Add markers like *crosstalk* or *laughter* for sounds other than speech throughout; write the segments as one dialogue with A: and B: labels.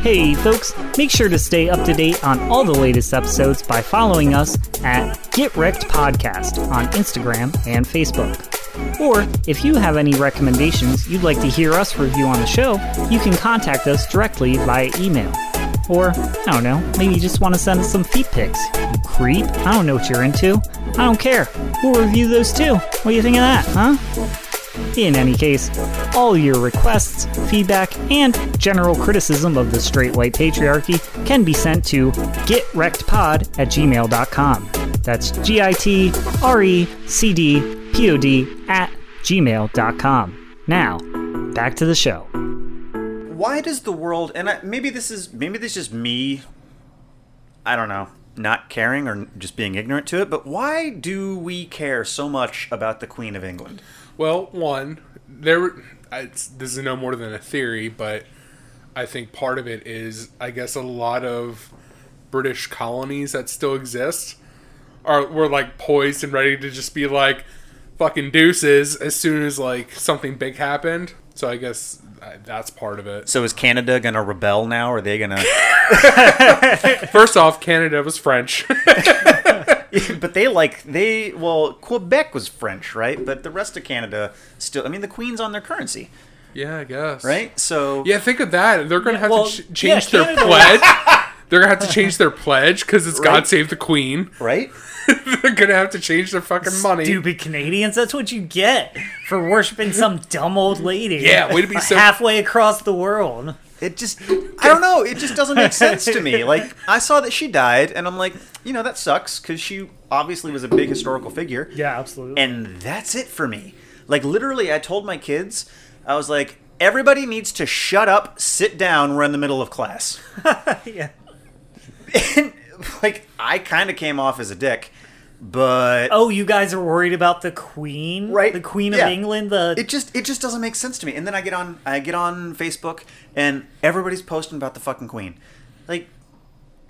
A: Hey, folks, make sure to stay up to date on all the latest episodes by following us at Get Wrecked Podcast on Instagram and Facebook. Or if you have any recommendations you'd like to hear us review on the show, you can contact us directly via email. Or, I don't know, maybe you just want to send us some feet pics. You creep. I don't know what you're into. I don't care. We'll review those too. What do you think of that, huh? In any case, all your requests, feedback, and general criticism of the straight white patriarchy can be sent to getrectpod at gmail.com. That's G I T R E C D P O D at gmail.com. Now, back to the show.
B: why does the world and I, maybe this is maybe this is me i don't know not caring or just being ignorant to it but why do we care so much about the queen of england
C: Well, one, there. I, it's, this is no more than a theory, but I think part of it is, I guess, a lot of British colonies that still exist are were like poised and ready to just be like fucking deuces as soon as like something big happened. So I guess I, that's part of it.
B: so is canada gonna rebel now are they gonna
C: First off, Canada was French. *laughs*
B: but they like they well quebec was french right but the rest of canada still i mean the queen's on their currency
C: yeah, I guess.
B: right so
C: Yeah, think of that. They're gonna have
B: well,
C: to
B: yeah,
C: ch- change their
B: Canada-
C: pledge. They're gonna have to change their pledge because it's
B: Right.
C: God Save the Queen.
B: right
C: They're *laughs* gonna have to change their fucking money.
A: Stupid Canadians, that's what you get for worshiping some dumb old lady.
C: Yeah, way to be so-
A: halfway across the world.
B: It just, I don't know. It just doesn't make sense to me. Like, I saw that she died, and I'm like, you know, that sucks because she obviously was a big historical figure.
A: Yeah, absolutely.
B: And that's it for me. Like, literally, I told my kids, I was like, everybody needs to shut up, sit down. We're in the middle of class.
A: *laughs* yeah.
B: And, like, I kind of came off as a dick, but
A: Oh, you guys are worried about the Queen,
B: Right.
A: The Queen of
B: Yeah.
A: England, the
B: it just, it just doesn't make sense to me. And then I get on, I get on Facebook, and everybody's posting about the fucking queen. Like,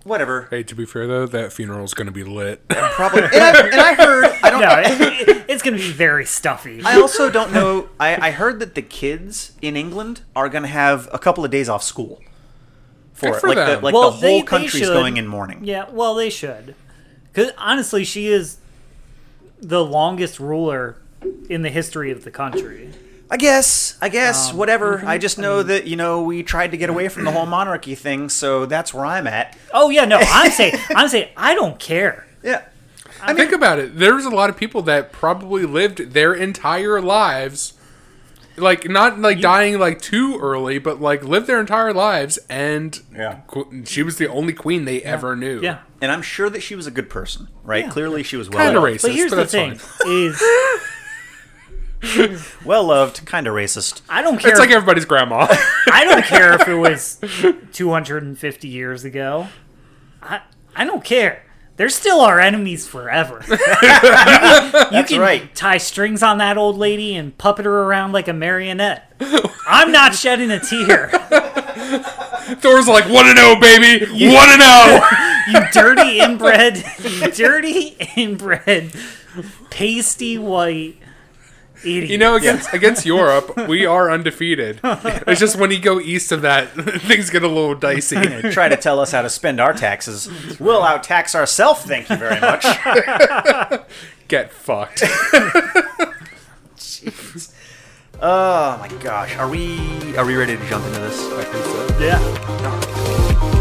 B: whatever.
C: Hey, to be fair though, that funeral's gonna be *laughs* lit.
B: Probably. And I, and I heard. I
A: *laughs*
B: don't.
A: no, it, it- it's going to be very stuffy.
B: I also don't know. I, I heard that the kids in England are going to have a couple of days off school for
C: Good
B: it.
C: for
B: like
C: them.
B: the like
A: Well,
B: the whole
A: they- they
B: country's
A: should.
B: going in mourning.
A: yeah, well, they should. Because honestly, she is the longest ruler in the history of the country.
B: I guess. I
A: Um,
B: guess.
A: mhm.
B: whatever. I just know that you know we tried to get away from the whole monarchy thing, so that's where I'm at.
A: Oh yeah, no, I'm *laughs* saying, I'm saying, I don't care.
B: Yeah.
C: Think about it. There's a lot of people that probably lived their entire lives, like not like dying like too early, but like lived their entire lives, and
B: Yeah.
C: qu- she was the only queen they ever knew.
A: Yeah.
B: And I'm sure that she was a good person, right?
A: Yeah.
B: Clearly, she was well
C: Kind of
B: loved.
C: racist,
A: But
C: but,
A: here's the
C: that's
A: thing:
C: fine.
A: is
B: well loved, kind
A: *laughs*
B: of racist.
A: I don't care.
C: It's like everybody's *laughs* grandma.
A: I don't care if it was 250 years ago. I I don't care. They're still our enemies forever. *laughs* you can, That's
B: right.
A: tie strings on that old lady and puppet her around like a marionette. I'm not shedding a tear.
C: Thor's like, "What to know, baby? What
A: *laughs*
C: to know?"
A: You dirty inbred, *laughs* you dirty inbred, pasty white idiot.
C: You know, against against Europe,
A: *laughs*
C: we are undefeated. It's just when you go east of that, *laughs* things get a little dicey.
A: *laughs*
B: Try to tell us how to spend our taxes. We'll out tax ourselves. Thank you
A: *laughs*
B: very much.
C: Get fucked. *laughs*
B: Oh my gosh, are we are we ready to jump into this?
C: I think so.
A: yeah.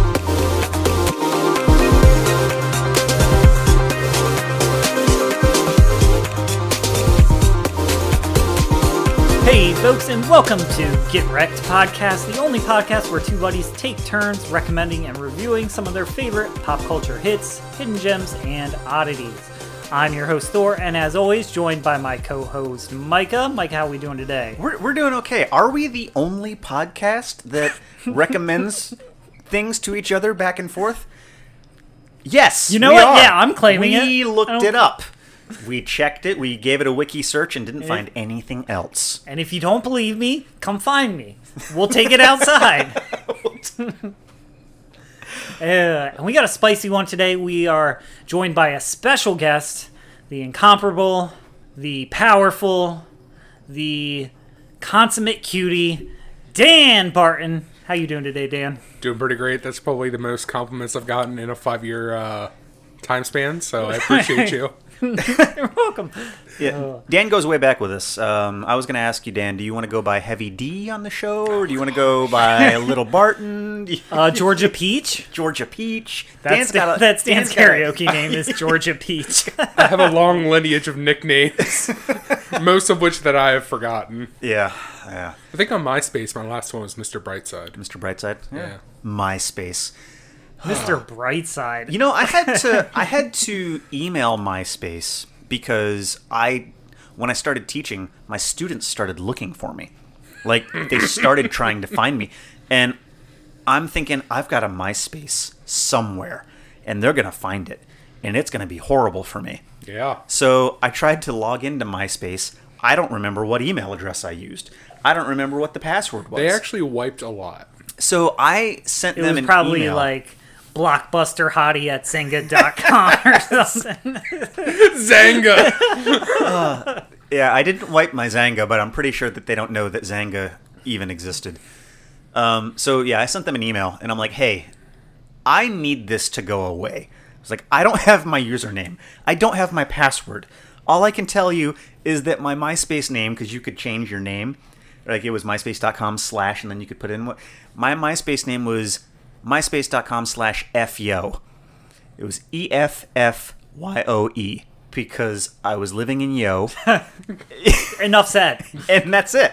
A: Hey, folks, and welcome to Get Wrecked Podcast, the only podcast where two buddies take turns recommending and reviewing some of their favorite pop culture hits, hidden gems, and oddities. I'm your host Thor, and as always, joined by my co-host Micah. Mike, how are we doing today?
B: We're, we're doing okay. Are we the only podcast that
A: *laughs*
B: recommends things to each other back and forth? Yes.
A: You know
B: we
A: what?
B: are.
A: Yeah, I'm claiming
B: we
A: it.
B: We
A: I
B: looked
A: don't-
B: it up. We checked it. We gave it a wiki search and didn't find anything
A: *laughs*
B: else.
A: And if you don't believe me, come find me. We'll take it
B: *laughs*
A: outside. uh, and we got a spicy one today. We are joined by a special guest, the incomparable, the powerful, the consummate cutie, Dan Barton. How you doing today,
B: *laughs*
A: Dan?
C: Doing pretty great. That's probably the most compliments I've gotten in a five year uh, time span. So I appreciate you.
A: You're welcome.
B: Yeah. Dan goes way back with us. Um, I was going to ask you, Dan, do you want to go by Heavy D on the show, or do you want to
A: *laughs*
B: go by Little Barton,
A: Uh, Georgia Peach.
B: Georgia Peach?
A: That's, Dan,
B: got
A: *laughs*
B: a-
A: that's Dan's
B: got a-
A: karaoke name
B: *laughs*
A: is Georgia Peach.
C: *laughs* I have a long lineage of *laughs* nicknames, most of which that I have forgotten.
B: yeah, yeah.
C: I think on MySpace, my last one was Mr. Brightside.
B: Mr. Brightside.
C: Yeah.
B: MySpace.
A: Mr. Brightside.
B: You know, I had
A: *laughs*
B: to I had to email MySpace because I when I started teaching, my students started looking for me. Like they
A: *laughs*
B: started trying to find me. And I'm thinking I've got a MySpace somewhere and they're going to find it and it's going to be horrible for me.
C: Yeah.
B: So I tried to log into MySpace. I don't remember what email address I used. I don't remember what the password was.
C: They actually wiped a lot.
B: so I sent
A: it
B: them
A: was
B: an
A: probably
B: email.
A: like blockbusterhottie at Zynga.com or
B: *laughs*
A: something.
C: Zanga!
B: Yeah, I didn't wipe my Zanga, but I'm pretty sure that they don't know that Zanga even existed. Um, so yeah, I sent them an email, and I'm like, "Hey, I need this to go away." I was like, "I don't *laughs* have my username. I don't have my password. All I can tell you is that my MySpace name, because you could change your name, like it was MySpace.com slash, and then you could put in what my MySpace name was MySpace.com slash fyo. It was E F F Y O E because I was living in yo
A: Enough said.
B: *laughs* and that's it.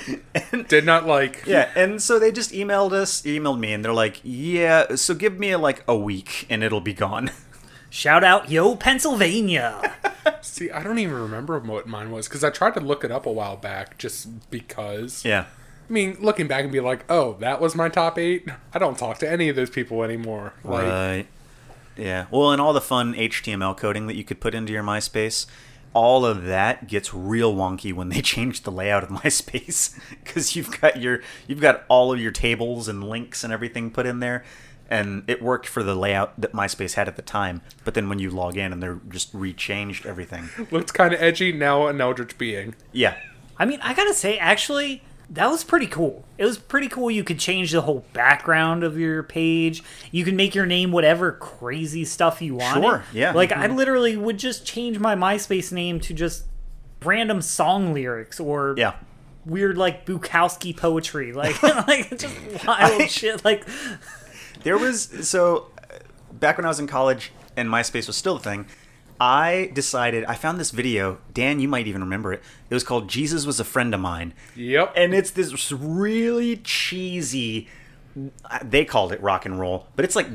C: *laughs* Did not like.
B: Yeah, and so they just emailed us, emailed me, and they're like, "Yeah, so give me like a week, and it'll be gone." *laughs*
A: Shout out, yo, Pennsylvania.
C: See, I don't even remember what mine was because I tried to look it up a while back just because.
B: Yeah,
C: I mean, looking back and be like, oh, that was my top eight. I don't talk to any of those people anymore. Like,
B: right. Yeah. Well, and all the fun HTML coding that you could put into your MySpace, all of that gets real wonky when they *laughs* change the layout of MySpace *laughs* because you've got your you've got all of your tables and links and everything put in there. And it worked for the layout that MySpace had at the time, but then when you log in and they're just rechanged everything.
C: looked kind of edgy. Now an eldritch being.
B: Yeah,
A: I mean, I gotta say, actually, that was pretty cool. It was pretty cool. You could change the whole background of your page. You could make your name whatever crazy stuff you want.
B: Sure, yeah.
A: Like I literally would just change my MySpace name to just random song lyrics or
B: yeah.
A: weird like Bukowski poetry, *laughs* like like
B: *laughs*
A: just wild shit. Like
B: There was so uh, back when I was in college and MySpace was still a thing. I decided I found this video. Dan, you might even remember it. It was called "Jesus Was a Friend of Mine,"
C: Yep.
B: and it's this really cheesy. uh, They called it rock and roll, but it's like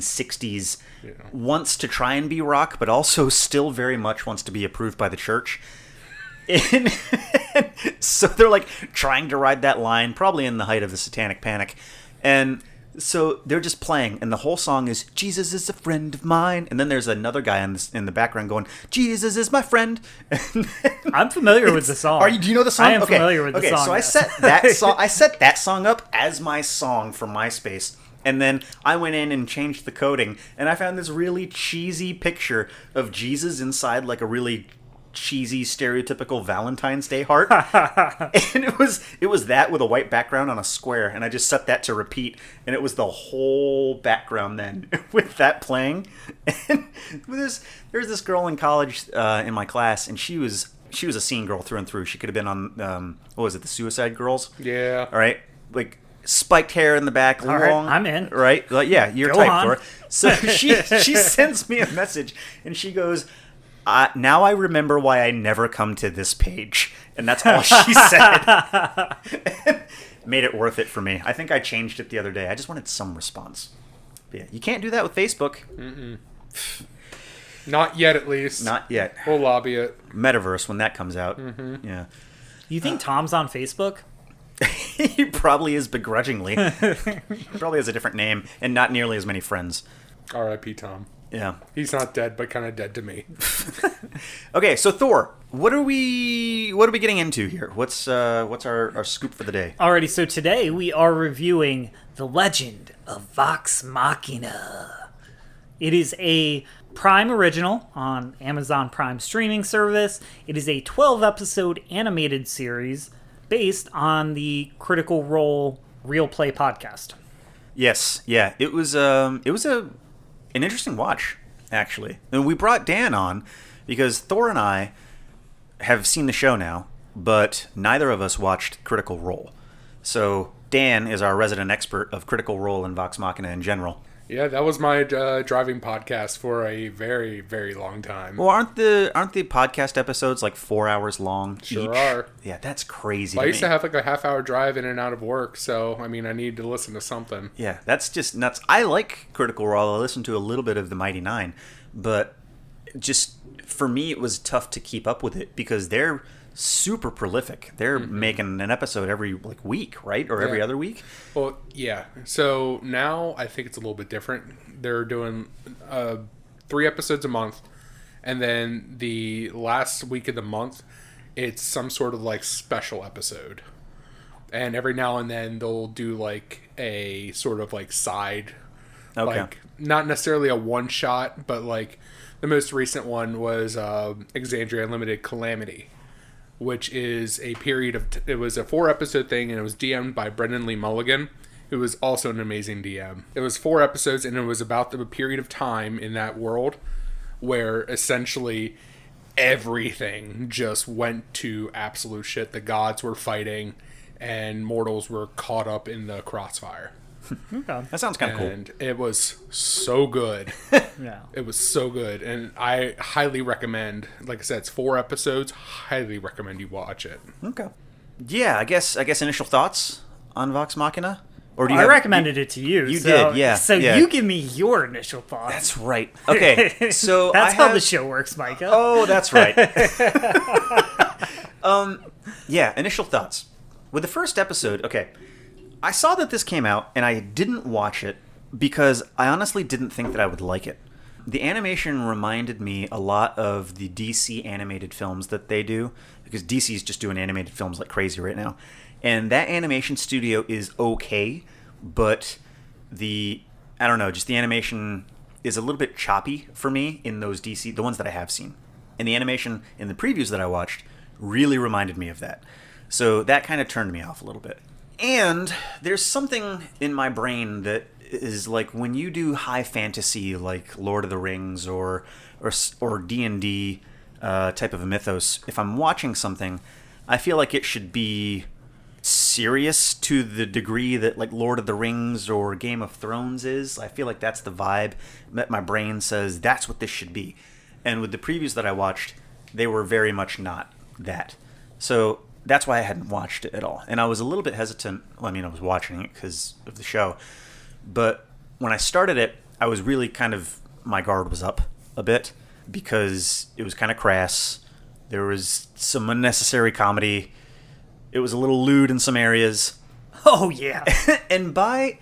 B: 1960s. Wants to try and be rock, but also still very much wants to be approved by the church. And *laughs* so they're like trying to ride that line, probably in the height of the satanic panic. And so they're just playing, and the whole song is "Jesus is a friend of mine," and then there's another guy in the, in the background going "Jesus is my friend." And then-
A: I'm familiar with the song.
B: Are you? Do you know the song?
A: I am familiar with the
B: okay,
A: song.
B: So I
A: yes.
B: set
A: *laughs*
B: that song. I set that song up as my song for MySpace, and then I went in and changed the coding, and I found this really cheesy picture of Jesus inside like a really cheesy stereotypical Valentine's
A: *laughs*
B: Day heart, *laughs* and it was it was that with a white background on a square, and I just set that to repeat, and it was the whole background then *laughs* with that playing. And there's there's this girl in college uh, in my class, and she was she was a scene girl through and through. She could have been on um, what was it, the Suicide Girls?
C: Yeah.
B: All right, like spiked hair in the back, long.
A: right, I'm in.
B: Right? Like, yeah, you're
A: Go
B: type
A: on.
B: for. it. So
A: *laughs*
B: *laughs* she she sends me a message, and she goes. Uh, now I remember why I never come to this page, and that's
A: *laughs*
B: all she said. *laughs* Made it worth it for me. I think I changed it the other day. I just wanted some response. But yeah, you can't do that with Facebook.
C: Not yet, at least.
B: Not yet.
C: We'll lobby it.
B: Metaverse when that comes out.
A: Mm-hmm.
B: Yeah. *laughs*
A: You think
B: uh,
A: Tom's on Facebook?
B: he probably is
A: *laughs*
B: begrudgingly. probably has a different name and not nearly as many friends.
C: R.I.P. Tom.
B: Yeah.
C: He's not dead, but kind of dead to me. *laughs*
B: Okay, so Thor, what are we what are we getting into here? What's uh what's our, our scoop for the day?
A: Alrighty, so today we are reviewing The Legend of Vox Machina. It is a Prime original on Amazon Prime streaming service. It is a 12 episode animated series based on the Critical Role Real Play podcast.
B: Yes, yeah, it was um, it was a an interesting watch actually, and we brought Dan on because Thor and I have seen the show now, but neither of us watched Critical Role. So Dan is our resident expert of Critical Role and Vox Machina in general.
C: Yeah, that was my uh, driving podcast for a very, very long time.
B: Well, aren't the aren't the podcast episodes like four hours long?
C: Sure
B: each?
C: are.
B: Yeah, that's crazy.
C: I
B: to
C: used
B: me.
C: to have like a half hour drive in and out of work, so I mean, I needed to listen to something.
B: Yeah, that's just nuts. I like Critical Role. I listened to a little bit of the Mighty Nine, but just for me, it was tough to keep up with it because they're super prolific. They're making an episode every like week, right, or every
C: Mm-hmm. Yeah.
B: other week.
C: Well, yeah. So now I think it's a little bit different. They're doing uh, three episodes a month, and then the last week of the month, it's some sort of like special episode. And every now and then they'll do like a sort of like side,
B: Okay.
C: like not necessarily a one shot, but like the most recent one was uh, Exandria Unlimited Calamity which is a period of t- it was a four episode thing and it was DM'd by Brendan Lee Mulligan, who was also an amazing DM. It was four episodes and it was about the period of time in that world where essentially everything just went to absolute shit. The gods were fighting and mortals were caught up in the crossfire.
B: That sounds kind of cool.
C: And it was so good.
A: Yeah.
C: It was so good, and I highly recommend. Like I said, it's four episodes. Highly recommend you watch it.
B: Okay. Yeah, I guess I guess initial thoughts on Vox Machina, or do
A: I
B: have-
A: recommended it to you.
B: you
A: so-
B: did, yeah,
A: So
B: yeah.
A: you give me your initial thoughts.
B: That's right.
C: *laughs*
B: Okay,
A: *laughs*
B: so
A: that's
B: I
A: how the
B: have-
A: show works, Micah.
B: Oh, that's right. um, yeah, initial thoughts. With the first episode, okay, I saw that this came out and I didn't watch it because I honestly didn't think that I would like it. The animation reminded me a lot of the DC animated films that they do because DC's just doing animated films like crazy right now. And that animation studio is okay, but the I don't know, just the animation is a little bit choppy for me in those DC the ones that I have seen. And the animation in the previews that I watched really reminded me of that. So that kind of turned me off a little bit. And there's something in my brain that is like when you do high fantasy like Lord of the Rings or or s- or D&D uh, type of a mythos, if I'm watching something, I feel like it should be serious to the degree that like Lord of the Rings or Game of Thrones is. I feel like that's the vibe that my brain says that's what this should be. And with the previews that I watched, they were very much not that. So that's why I hadn't watched it at all. And I was a little bit hesitant. Well, I mean, I was watching it because of the show. But when I started it, I was really kind of my guard was up a bit because it was kind of crass. There was some unnecessary comedy. It was a little lewd in some areas. *laughs*
A: Oh, yeah.
B: and by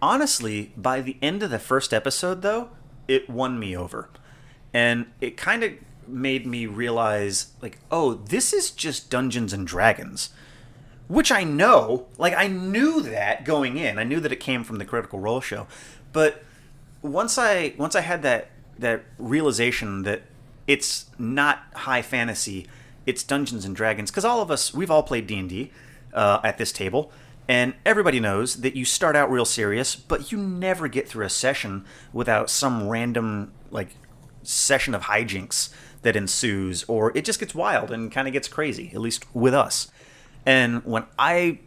B: honestly, by the end of the first episode though, it won me over. And it kind of made me realize like, oh, this is just Dungeons and Dragons. Which I know, like I knew that going in. I knew that it came from the Critical Role show. But once I once I had that that realization that it's not high fantasy, it's Dungeons and Dragons because all of us we've all played D and D uh, at this table, and everybody knows that you start out real serious, but you never get through a session without some random like session of hijinks that ensues, or it just gets wild and kind of gets crazy. At least with us, and when I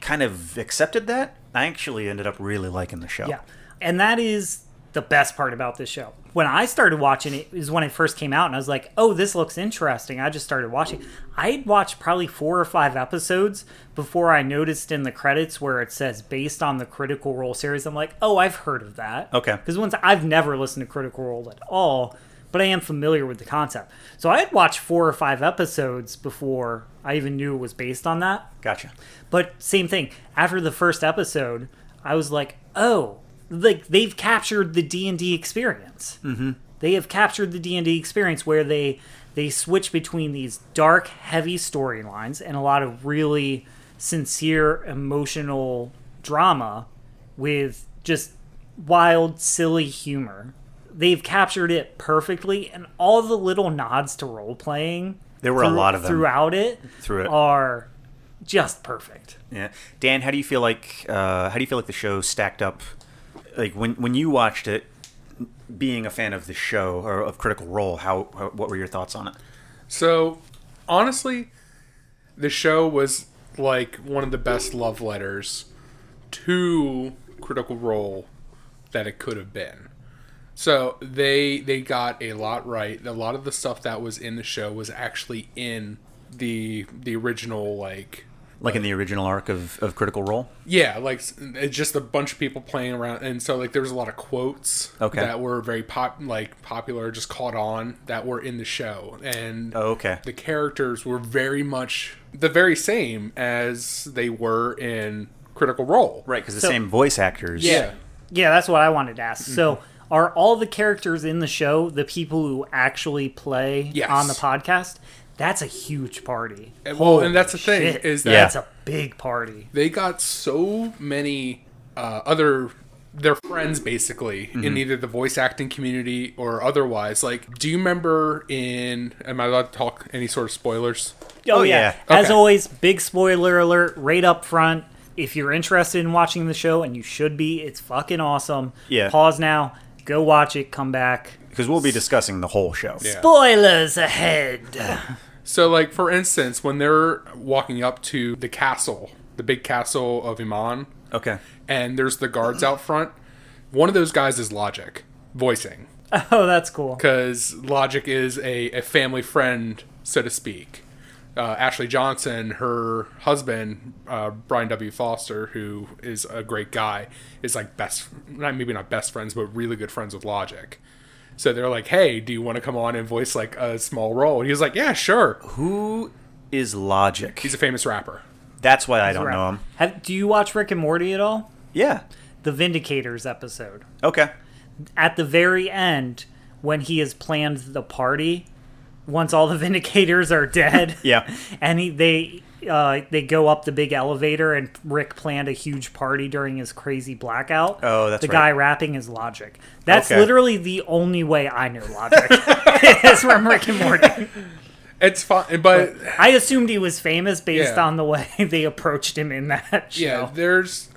B: kind of accepted that, I actually ended up really liking the show.
A: Yeah. And that is the best part about this show. When I started watching it is when it first came out and I was like, "Oh, this looks interesting." I just started watching. I'd watched probably 4 or 5 episodes before I noticed in the credits where it says based on the Critical Role series. I'm like, "Oh, I've heard of that."
B: Okay.
A: Cuz once I've never listened to Critical Role at all, but I am familiar with the concept. So I had watched 4 or 5 episodes before I even knew it was based on that.
B: Gotcha.
A: But same thing. After the first episode, I was like, "Oh, like they've captured the D and D experience. Mm-hmm. They have captured the D and D experience where they they switch between these dark, heavy storylines and a lot of really sincere, emotional drama with just wild, silly humor. They've captured it perfectly, and all the little nods to role playing.
B: There were a lot of them.
A: throughout it
B: Through it.
A: are
D: just perfect.
B: Yeah, Dan, how do you feel like uh, how do you feel like the show stacked up? Like when when you watched it, being a fan of the show or of Critical Role, how, how what were your thoughts on it?
C: So, honestly, the show was like one of the best love letters to Critical Role that it could have been. So they they got a lot right. A lot of the stuff that was in the show was actually in the the original like
B: Like in the original arc of, of Critical Role?
C: yeah, like s- it's just a bunch of people playing around, and so like there was a lot of quotes
B: Okay.
C: that were very pop, like popular, just caught on that were in the show, and
B: Oh, okay.
C: the characters were very much the very same as they were in Critical Role.
B: Right, because the
A: So-
B: same voice actors.
C: Yeah.
A: Yeah, that's what I wanted to ask. So, are all the characters in the show the people who actually play
C: Yes.
A: on the podcast? That's a huge party.
C: And- well, and that's the thing
A: Shit,
C: is that
A: that's a big party.
C: they got so many uh, other their friends basically in either the voice acting community or otherwise. Like, do you remember in? Am I allowed to talk any sort of spoilers?
A: Oh,
B: Oh,
A: yeah.
C: yeah.
A: As
C: Okay.
A: always, big spoiler alert right up front. If you're interested in watching the show, and you should be, it's fucking awesome.
B: Yeah.
A: Pause now, go watch it, come back.
B: Because we'll be discussing the whole show.
C: Yeah.
A: Spoilers ahead. *laughs*
C: So, like for instance, when they're walking up to the castle, the big castle of Iman,
B: Okay.
C: and there's the guards out front. One of those guys is Logic voicing
A: Oh, that's cool.
C: because Logic is a, a family friend, so to speak. Uh, Ashley Johnson, her husband uh, Brian W. Foster, who is a great guy, is like best not maybe not best friends, but really good friends with Logic. So they're like, "Hey, do you want to come on and voice like a small role?" And he was like, "Yeah, sure."
B: Who is Logic?
C: He's a famous rapper.
B: That's why I don't know him.
A: Have, do you watch Rick and Morty at all?
B: Yeah.
A: The Vindicators episode.
B: Okay.
A: at the very end when he has planned the party once all the *laughs* vindicators are dead
B: Yeah.
A: and he, they uh, they go up the big elevator and rick planned a huge party during his crazy blackout
B: Oh, that's
A: the
B: right.
A: guy rapping is logic that's
B: Okay.
A: literally the only way i know logic
B: *laughs*
A: *laughs* it's from rick and morty
C: It's fun, but
A: i assumed he was famous based
C: Yeah.
A: on the way *laughs* they approached him in that show
C: Yeah, there's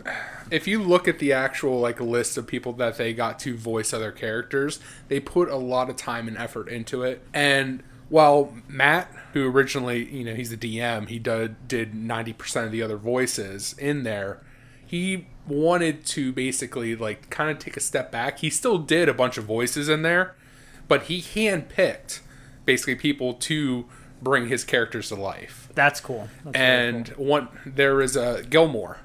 C: if you look at the actual like list of people that they got to voice other characters, they put a lot of time and effort into it. And while Matt, who originally, you know, he's the DM, he did did 90% of the other voices in there. He wanted to basically like kind of take a step back. He still did a bunch of voices in there, but he handpicked basically people to bring his characters to life
A: that's cool That's really
C: and one there is a Gilmore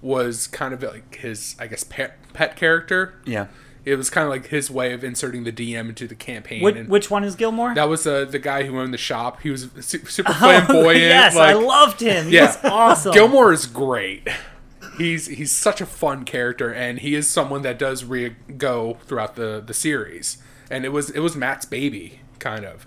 C: was kind of like his I guess pet, pet character.
B: Yeah.
C: It was kind of like his way of inserting the DM into the campaign.
A: cool. Wh-
C: and
A: which one is gilmore
C: that was uh, the guy who owned the shop. He was su-
A: *laughs*
C: super flamboyant.
A: Oh, yes
C: like,
A: i loved him
C: Yeah.
A: yeah. he's awesome
C: Gilmore is great. He's he's such a fun character, and he is someone that does re- go throughout the the series. And it was it was Matt's baby kind of,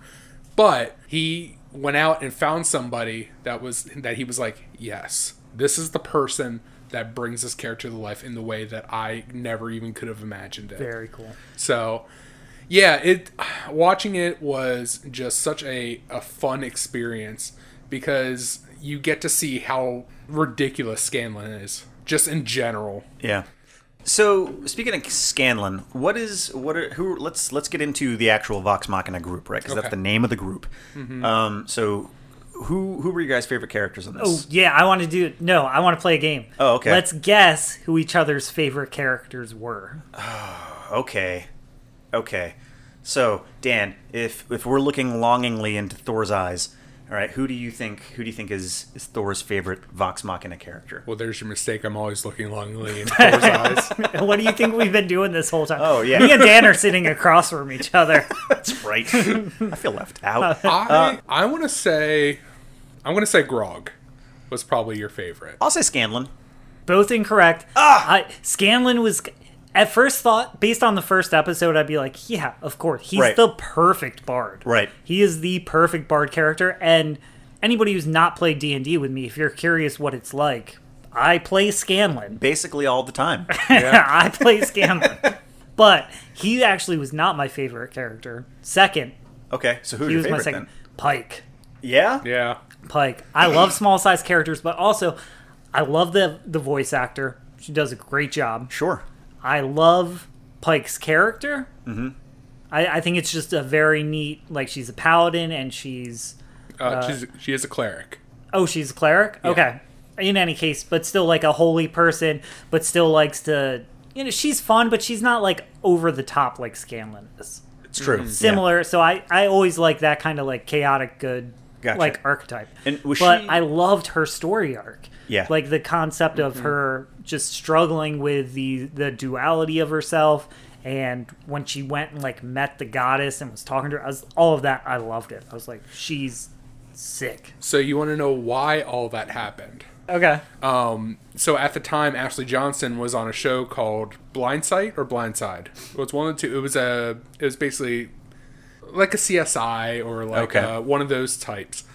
C: but he went out and found somebody that was that he was like, yes, this is the person that brings this character to life in the way that I never even could have imagined it.
A: very cool
C: So, yeah, it watching it was just such a, a fun experience because you get to see how ridiculous Scanlan is just in general.
B: Yeah. So speaking of Scanlan, what is what are who? Let's let's get into the actual Vox Machina group, right? Because
C: Okay.
B: that's the name of the group. Um, so who who were your guys' favorite characters in
A: Oh
B: this?
A: yeah, I want to do. No, I want to play a game.
B: Oh, okay.
A: Let's guess who each other's favorite characters were. *laughs*
B: Okay, okay. So Dan, if if we're looking longingly into Thor's eyes, all right, who do you think who do you think is, is Thor's favorite Vox Machina character?
C: Well, there's your mistake. I'm always looking longingly in Thor's
A: Uh,
C: eyes.
A: what do you think we've been doing this whole time?
B: Oh, yeah.
A: me and Dan are sitting across from each
B: *laughs*
A: other.
B: That's right. I feel left out.
C: I I want to say, I'm going to say Grog was probably your favorite.
B: I'll say Scanlan.
A: Both incorrect. Ah, I, Scanlan was. At first thought, based on the first episode, I'd be like, yeah, of course, he's
B: Right.
A: the perfect bard.
B: Right.
A: He is the perfect bard character, and anybody who's not played D and D with me, if you're curious what it's like, I play Scanlan.
B: Basically all the time.
A: *laughs* I play
B: *laughs*
A: Scanlan. but he actually was not my favorite character. Second,
B: Okay, so who's
A: he
B: your
A: was
B: favorite
A: my second.
B: then?
A: Pike.
B: Yeah?
C: Yeah,
A: Pike. I love small size characters, but also I love the the voice actor. She does a great job.
B: Sure.
A: I love Pike's character. Mm-hmm. I, I think it's just a very neat. Like she's a paladin and she's
C: Uh, she's, she is a cleric.
A: oh she's a cleric. Okay. In any case, but still like a holy person, but still likes to. You know, she's fun, but she's not like over the top like Scanlan is.
B: It's true. Yeah.
A: Similar, so I I always like that kind of like chaotic good
B: Gotcha.
A: like archetype.
B: And was
A: but
B: she-
A: I loved her story arc.
B: Yeah.
A: like the concept of her just struggling with the the duality of herself, and when she went and like met the goddess and was talking to her, I was, all of that I loved it. I was like, she's sick.
C: So you want to know why all that happened?
A: Okay,
C: So at the time, Ashley Johnson was on a show called Blindsight or Blindside. It was one of the two. It was a. It was basically like a CSI or like
B: Okay.
C: uh one of those types,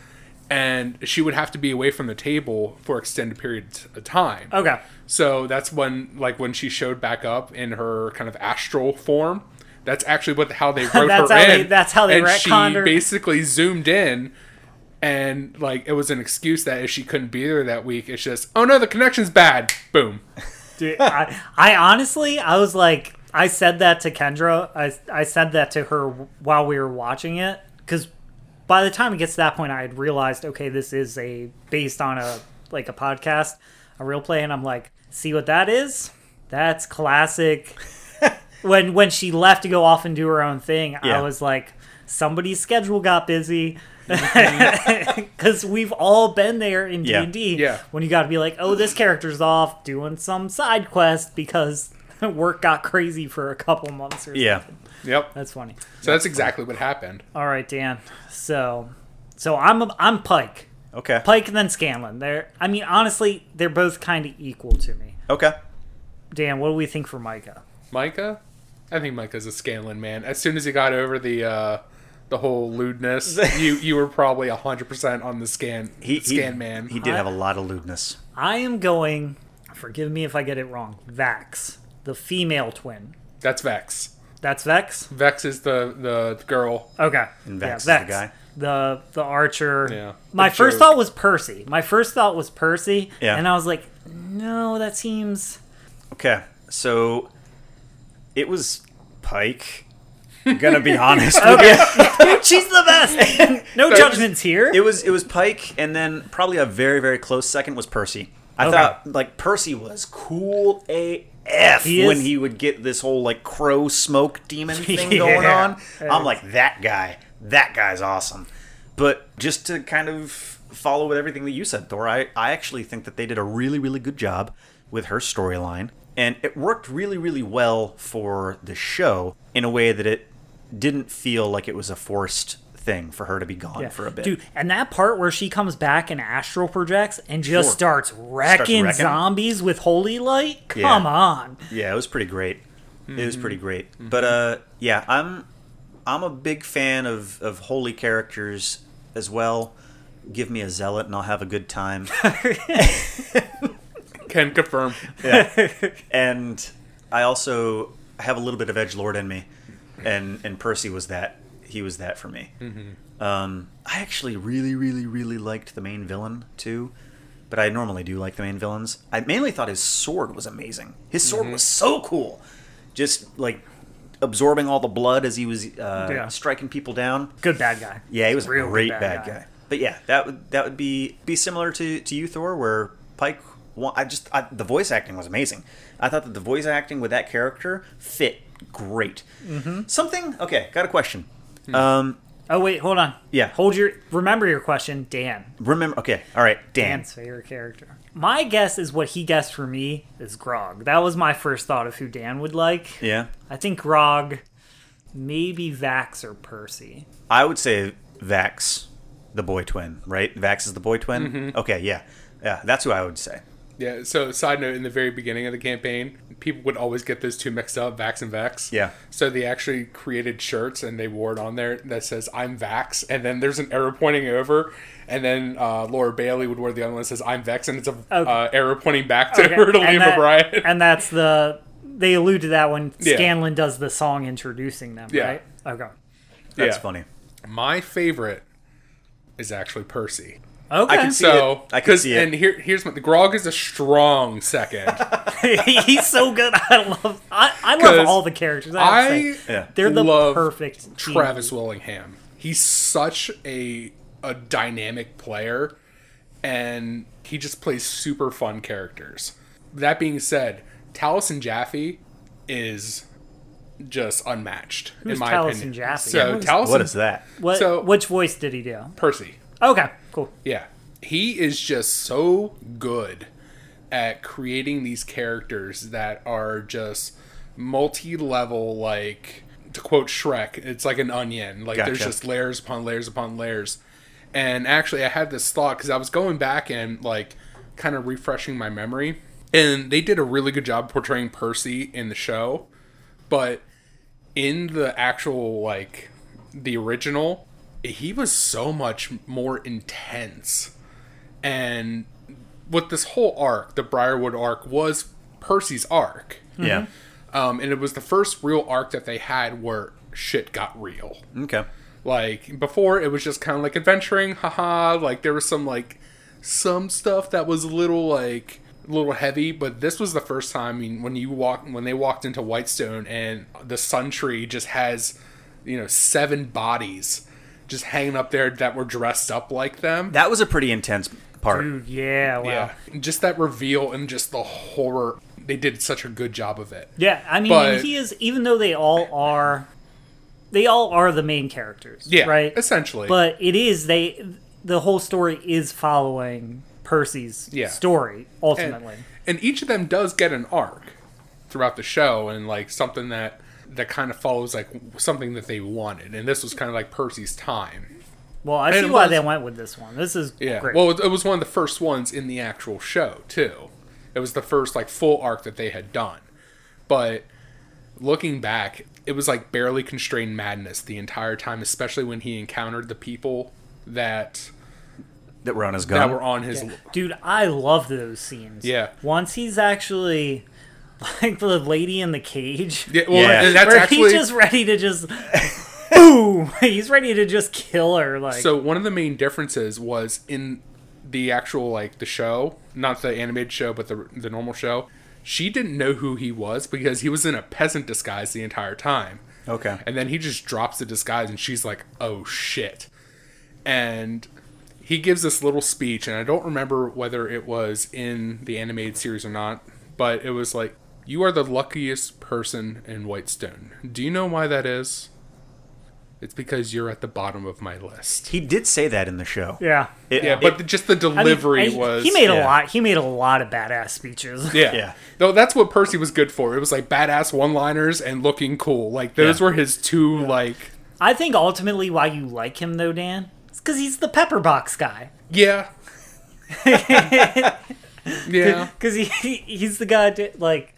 C: and she would have to be away from the table for extended periods of time.
A: okay,
C: So that's when, like, when she showed back up in her kind of astral form. That's actually what
A: *laughs*
C: how they wrote
A: That's
C: her
A: how
C: in.
A: they- that's how they
C: and she
A: retconned her.
C: basically zoomed in, and like it was an excuse that if she couldn't be there that week, it's just oh no, the connection's bad.
A: *laughs*
C: Boom.
A: Dude, I, I honestly I was like I said that to Kendra. I I said that to her while we were watching it because by the time it gets to that point, I had realized okay, this is a based on a like a podcast, a real play, and I'm like, see what that is? That's
B: *laughs*
A: classic. when when she left to go off and do her own thing, I
B: Yeah.
A: was like, somebody's schedule got busy. *laughs* Because we've all been there in D
B: Mm-hmm. Yeah.
A: and D,
C: Yeah.
A: when you got to be like, oh, this character's off doing some side quest because *laughs* work got crazy for a couple months or
B: Yeah.
A: something.
C: Yep.
A: That's funny.
C: so that's exactly what happened.
A: All right, Dan. So, so I'm I'm Pike,
B: Okay.
A: Pike, and then Scanlan. They're I mean, honestly, they're both kind of equal to me.
B: Okay.
A: Dan, what do we think for Micah?
C: Micah, I think Micah's a Scanlan man. As soon as he got over the uh, the
A: *laughs*
C: whole lewdness, you you were probably hundred percent on the scan
B: He, he-
C: scan man.
B: He did have a lot of lewdness.
A: I am going. Forgive me if I get it wrong. Vax, the female twin.
C: That's Vex.
A: That's Vex.
C: Vex is the the girl.
A: Okay.
B: Vex is the
A: yeah, Vex,
B: guy.
A: The the archer.
C: Yeah.
A: My
C: The
A: first
C: joke.
A: thought was Percy. My first thought was Percy.
B: Yeah.
A: And I was like, no, that
B: *laughs*
A: seems
B: Okay. So it was Pike. I'm gonna
C: *laughs*
B: be honest with you.
A: Dude, she's the best. No judgments here.
B: It was it was Pike, and then probably a very very close second was Percy. I
A: Okay.
B: thought like Percy was cool AF
A: He
B: when
A: is-
B: he would get this whole like crow smoke
A: *laughs*
B: demon thing going
A: Yeah.
B: on. I'm like that guy. That guy's awesome. But just to kind of follow with everything that you said, Thor, I, I actually think that they did a really really good job with her storyline, and it worked really really well for the show in a way that it didn't feel like it was a forced thing for her to be gone
A: Yeah.
B: for a bit.
A: Dude, and that part where she comes back and astral projects and just
B: Sure.
A: starts, wrecking
B: wrecking.
A: zombies with holy light? Come
B: Yeah.
A: on.
B: Yeah, it was pretty great. It was pretty great. But uh, yeah, I'm I'm a big fan of of holy characters as well. Give me a zealot and I'll have a good time.
C: Can confirm.
B: and I also have a little bit of edge lord in me, and and Percy was that. He was that for me. Um, I actually really, really, really liked the main villain too, but I normally do like the main villains. I mainly thought his sword was amazing. His sword was so cool, just like absorbing all the blood as he was uh,
A: Yeah.
B: striking people down.
A: Good bad guy.
B: Yeah, he was
A: Real
B: a great
A: bad
B: bad,
A: guy.
B: guy. But yeah, that would that would be be similar to to you, Thor, where Pike. wa- I just I, the voice acting was amazing. I thought that the voice acting with that character fit great. Mm-hmm. Something okay. Got a question. Um,
A: Oh wait, hold on.
B: Yeah.
A: Hold your remember your question, Dan.
B: remember? Okay, all right, Dan.
A: Dan's favorite character. My guess is what he guessed for me is Grog. That was my first thought of who Dan would like.
B: Yeah,
A: I think Grog, maybe Vax or
C: *laughs*
A: Percy.
B: I would say Vax, the boy twin. Right, Vax is the boy twin. Okay, yeah, yeah. That's who I would say.
C: Yeah. So side note, in the very beginning of the campaign, people would always get those two mixed up, Vax and Vex.
B: Yeah.
C: So they actually created shirts and they wore it on there that says "I'm Vax," and then there's an arrow pointing over, and then uh, Laura Bailey would wear the other one that says "I'm Vex," and it's a uh, arrow pointing back to *laughs* her to Liam
A: and, that-
C: O'Brien.
A: and that's the they allude to that when
C: Yeah.
A: Scanlan does the song introducing them,
C: Yeah.
A: right? Okay.
B: That's
C: Yeah.
B: funny.
C: My favorite is actually Percy.
A: Okay.
B: I can see
C: So,
B: it. I can
C: 'cause-
B: see it.
C: And here, here's my, the Grog is a strong second.
A: *laughs*
B: *laughs*
A: He's so good. *laughs* I love. I, I love
C: 'Cause
A: all the characters. I, have to
C: I
A: say.
B: Yeah.
A: they're the
C: love
A: perfect team.
C: Travis Willingham. He's such a a dynamic player, and he just plays super fun characters. That being said, Taliesin Jaffe is just unmatched
A: Who's
C: in my
A: Taliesin
C: opinion.
A: Jaffe?
C: So
A: What is-
C: Taliesin
B: What is that?
A: What?
C: So-
A: which voice did he do?
C: Percy.
A: Okay. Cool.
C: Yeah. He is just so good at creating these characters that are just multi level, like, to quote Shrek, it's like an onion. Like, there's
B: Gotcha.
C: just layers upon layers upon layers. And actually, I had this thought because I was going back and, like, kind of refreshing my memory. And they did a really good job portraying Percy in the show. But in the actual like the original he was so much more intense and with this whole arc the briarwood arc was percy's arc
B: Yeah.
C: um, and it was the first real arc that they had where shit got real
B: Okay.
C: like before it was just kind of like adventuring haha like there was some like some stuff that was a little like a little heavy but this was the first time I mean, when you walk when they walked into whitestone and the sun tree just has you know seven bodies just hanging up there that were dressed up like them
B: That was a pretty intense part.
A: Dude, yeah. Wow.
C: yeah
A: Yeah.
C: just that reveal and just the horror they did such a good job of it
A: I mean,
C: But-
A: he is. Even though they all are, they all are the main characters.
C: yeah
A: Right.
C: essentially
A: But it is they. The whole story is following Percy's
C: Yeah.
A: story ultimately.
C: and each of them does get an arc throughout the show and like something that that kind of follows like something that they wanted and this was kind of like percy's time
A: well, I see
C: it
A: why
C: was-
A: they went with this one. This is
C: yeah
A: great.
C: well it it was one of the first ones in the actual show too it was the first like full arc that they had done but looking back it was like barely constrained madness the entire time especially when he encountered the people that
B: That were on his gun.
C: that were on his
A: Dude, I love those scenes.
C: Yeah.
A: Once he's actually *laughs* like the lady in the cage.
C: yeah, well,
B: Yeah.
C: and that's
A: where
C: actually
A: he's just ready to just *laughs* boom. He's ready to just kill her. Like
C: So one of the main differences was in the actual like the show, not the animated show, but the the normal show. She didn't know who he was because he was in a peasant disguise the entire time.
B: Okay.
C: And then he just drops the disguise and she's like, "Oh shit." And he gives this little speech and I don't remember whether it was in the animated series or not, but it was like, "You are the luckiest person in Whitestone. Do you know why that is?" It's because you're at the bottom of my list.
B: he did say that in the show.
A: yeah.
B: It-
C: Yeah, but
B: it-
C: the, just the
A: I mean,
C: delivery
A: and he-
C: was.
A: He made a
B: yeah.
A: lot. He made a lot of badass speeches.
C: Yeah.
B: Yeah.
C: No, that's what Percy was good for. It was like badass one-liners and looking cool. Like those
B: Yeah.
C: were his two like
A: I think ultimately why you like him though, Dan, is because he's the pepper box guy.
C: yeah. yeah.
A: because he, he he's the guy that, like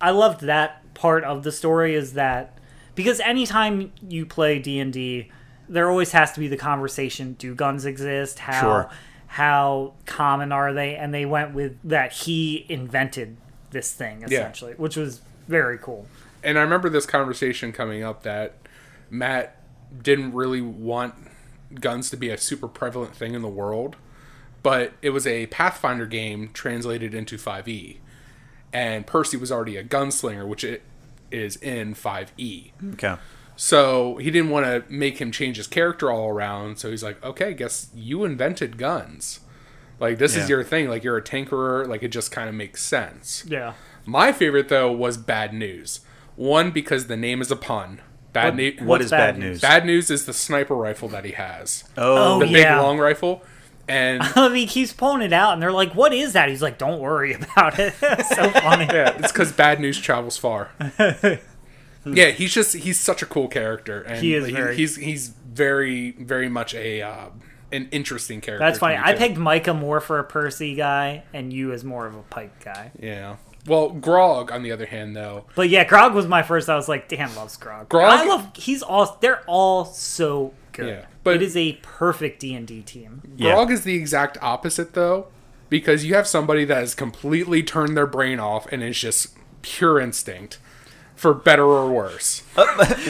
A: i loved that part of the story is that because anytime you play d&d there always has to be the conversation do guns exist how
B: Sure.
A: how common are they and they went with that he invented this thing essentially which was very cool
C: And I remember this conversation coming up that Matt didn't really want guns to be a super prevalent thing in the world, but it was a Pathfinder game translated into 5e. And Percy was already a gunslinger, which it is in E. 5e.
B: okay.
C: So he didn't want to make him change his character all around. So he's like, okay, guess you invented guns. Like, this
B: Yeah.
C: is your thing. Like, you're a tinkerer. Like, it just kind of makes sense.
A: yeah
C: My favorite, though, was Bad News. One, because the name is a pun. Bad News.
B: What
A: What's
B: is
A: bad
B: bad,
A: news?
B: news?
C: Bad News is the sniper rifle that he has.
B: Oh,
A: Oh,
C: the
A: yeah.
C: big long rifle. And
A: *laughs* he keeps pulling it out and they're like what is that he's like don't worry *laughs* about it so funny
C: *laughs* yeah, it's because bad news travels far.
A: *laughs*
C: yeah, he's just he's such a cool character, and
A: He is very-
C: he's he's very very much a uh, an interesting character.
A: that's
C: to
A: funny
C: me,
A: i
C: too.
A: picked micah more for a percy guy and you as more of a pike guy
C: yeah. Well, Grog on the other hand, though,
A: But yeah, Grog was my first. I was like, Dan loves Grog.
C: Grog-
A: I love. He's all. They're all so good.
C: Yeah, but-
A: it is a perfect D and D team.
C: *laughs*
B: Yeah.
C: Grog is the exact opposite though, because you have somebody that has completely turned their brain off and is just pure instinct, for better or worse.
B: *laughs*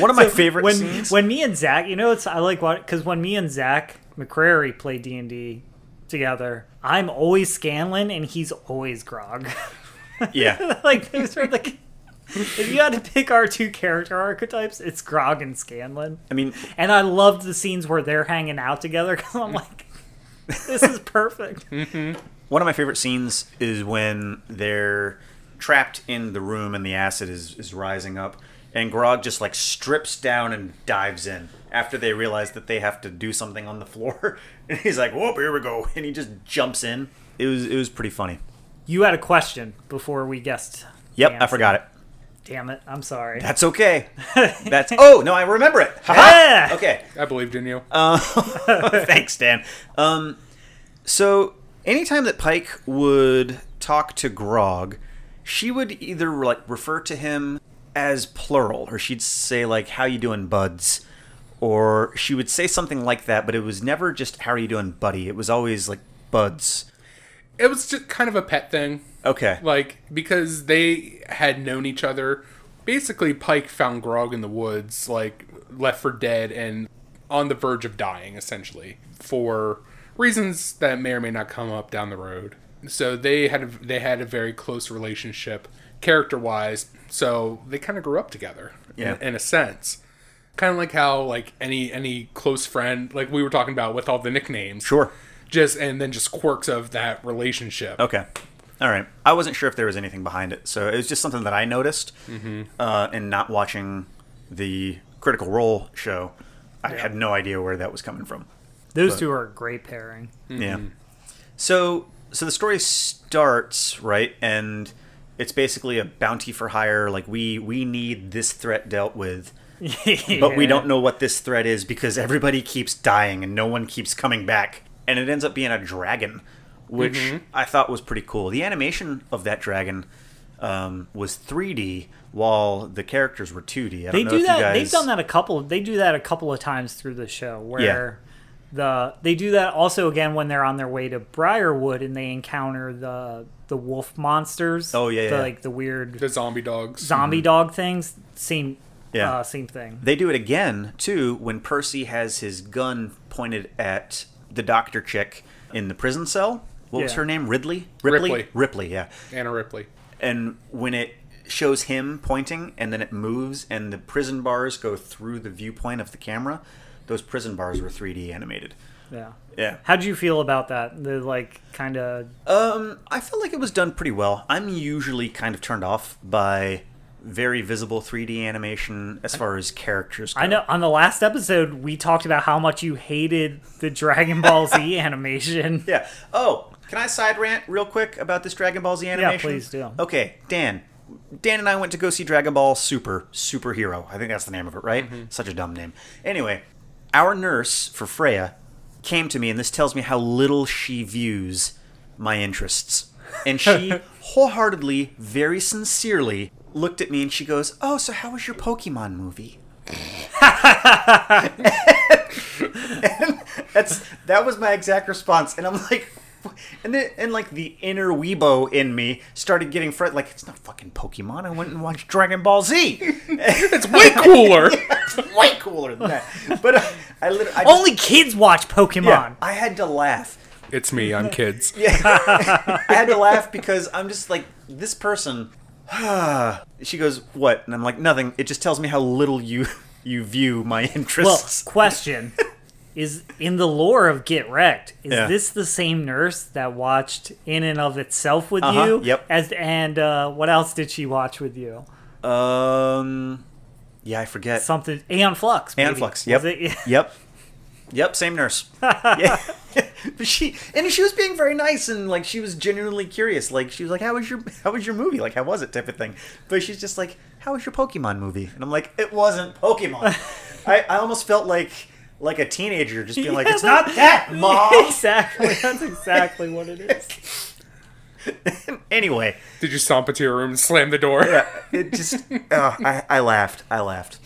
B: One of my favorite
A: When
B: scenes.
A: when me and Zach, you know, it's I like what because when me and Zach McCrary played D and D together. I'm always Scanlan and he's always Grog. *laughs*
B: Yeah.
A: like those are like *laughs* if you had to pick our two character archetypes, it's Grog and Scanlan.
B: I mean,
A: And I loved the scenes where they're hanging out together *laughs* because I'm like, this is
B: *laughs*
A: perfect.
B: one of my favorite scenes is when they're trapped in the room and the acid is, is rising up and grog just like strips down and dives in after they realize that they have to do something on the floor *laughs* and he's like whoop here we go *laughs* and he just jumps in it was it was pretty funny
A: you had a question before we guessed.
B: yep
A: the
B: i
A: answer.
B: forgot it
A: Damn it. I'm sorry.
B: that's okay that's oh no i remember it Ha-ha!
A: Yeah.
B: okay
C: I believed in you.
B: *laughs* Thanks, Dan. Um, so anytime that Pike would talk to Grog, she would either like refer to him as plural, or she'd say like "How you doing, buds," or she would say something like that. But it was never just "How are you doing, buddy." It was always like "Buds."
C: it was just kind of a pet thing.
B: Okay.
C: Like, because they had known each other. Basically, Pike found Grog in the woods, like, left for dead and on the verge of dying, essentially, for reasons that may or may not come up down the road. So they had a, they had a very close relationship, character wise. So they kind of grew up together,
B: Yeah.
C: in, in a sense. Kind of like how like any any close friend, like we were talking about with all the nicknames,
B: sure.
C: just and then just quirks of that relationship.
B: Okay. All right. I wasn't sure if there was anything behind it, so it was just something that I noticed. Mm-hmm. Uh, and not watching the Critical Role show, I had no idea where that was coming from.
A: Those two are a great pairing.
B: Yeah. So so the story starts right, and it's basically a bounty for hire. Like we we need this threat dealt with, *laughs* but we don't know what this threat is because everybody keeps dying and no one keeps coming back, and it ends up being a dragon, which
A: Mm-hmm.
B: I thought was pretty cool. The animation of that dragon. Um, was 3D while the characters were 2D. I don't
A: They
B: know
A: do
B: if
A: that.
B: You guys...
A: They've done that a couple. They do that a couple of times through the show where
B: Yeah.
A: the they do that also again when they're on their way to Briarwood and they encounter the the wolf monsters.
B: Oh, yeah,
A: the,
B: yeah.
A: like the weird
C: The zombie dogs.
A: zombie dog things. Same
B: Mhm. Yeah.
A: uh, same thing.
B: They do it again too when Percy has his gun pointed at the doctor chick in the prison cell. What was
A: Yeah.
B: her name? Ridley. Ripley.
C: Ripley.
B: yeah.
C: Anna Ripley.
B: And when it shows him pointing and then it moves and the prison bars go through the viewpoint of the camera, those prison bars were 3D animated.
A: Yeah.
B: Yeah.
A: How'd you feel about that? The like kind of
B: Um, I felt like it was done pretty well. I'm usually kind of turned off by very visible 3D animation as far as characters go.
A: I know on the last episode we talked about how much you hated the Dragon Ball
B: *laughs*
A: Z animation.
B: Yeah. Oh, can I side rant real quick about this Dragon Ball Z animation?
A: please do.
B: Okay, Dan. Dan and I went to go see Dragon Ball Super Superhero. I think that's the name of it, right?
A: Mm-hmm.
B: Such a dumb name. Anyway, our nurse for Freya came to me, and this tells me how little she views my interests. And
A: *laughs*
B: she wholeheartedly, very sincerely, looked at me and she goes, Oh, so how was your Pokemon movie? That's that was my exact response, and I'm like, and then and like the inner weebo in me started getting fret like it's not fucking Pokemon. I went and watched Dragon Ball Z.
C: It's way cooler. *laughs*
B: it's *laughs* way cooler than that. But I, I literally I just-
A: Only kids watch Pokemon.
B: yeah, I had to laugh.
C: It's me. I'm kids.
B: *laughs* I had to laugh because I'm just like this person. *sighs* she goes, "What?" And I'm like, "Nothing." It just tells me how little you you view my *laughs*
A: Well,
B: interests.
A: question is in the lore of Get Wrecked. Is
B: Yeah.
A: this the same nurse that watched In and of Itself with
B: Uh-huh,
A: you?
B: yep.
A: As and uh, what else did she watch with you?
B: um, yeah, I forget.
A: Something Aeon Flux. maybe.
B: And Flux. Yep.
A: Was it- *laughs*
B: yep. Yep. Same nurse. yeah. *laughs* But she and she was being very nice and like she was genuinely curious. Like she was like, "How was your How was your movie? Like how was it?" type of thing. But she's just like, "How was your Pokemon movie?" And I'm like, "It wasn't Pokemon." I I almost felt like like a teenager just being like,
A: Yeah,
B: "It's not that, mom."
A: *laughs* exactly. That's exactly what it is.
B: *laughs* anyway,
C: Did you stomp into your room and slam the door?
B: it just uh, I, I laughed i laughed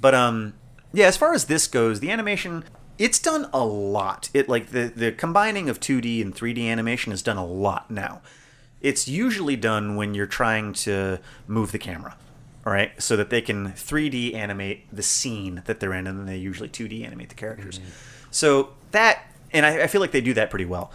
B: but um yeah as far as this goes the animation it's done a lot it like the the combining of 2d and 3d animation is done a lot now it's usually done when you're trying to move the camera all right so that they can 3d animate the scene that they're in and
A: Mm-hmm.
B: then they usually 2d animate the characters so that and I, I feel like they do that pretty well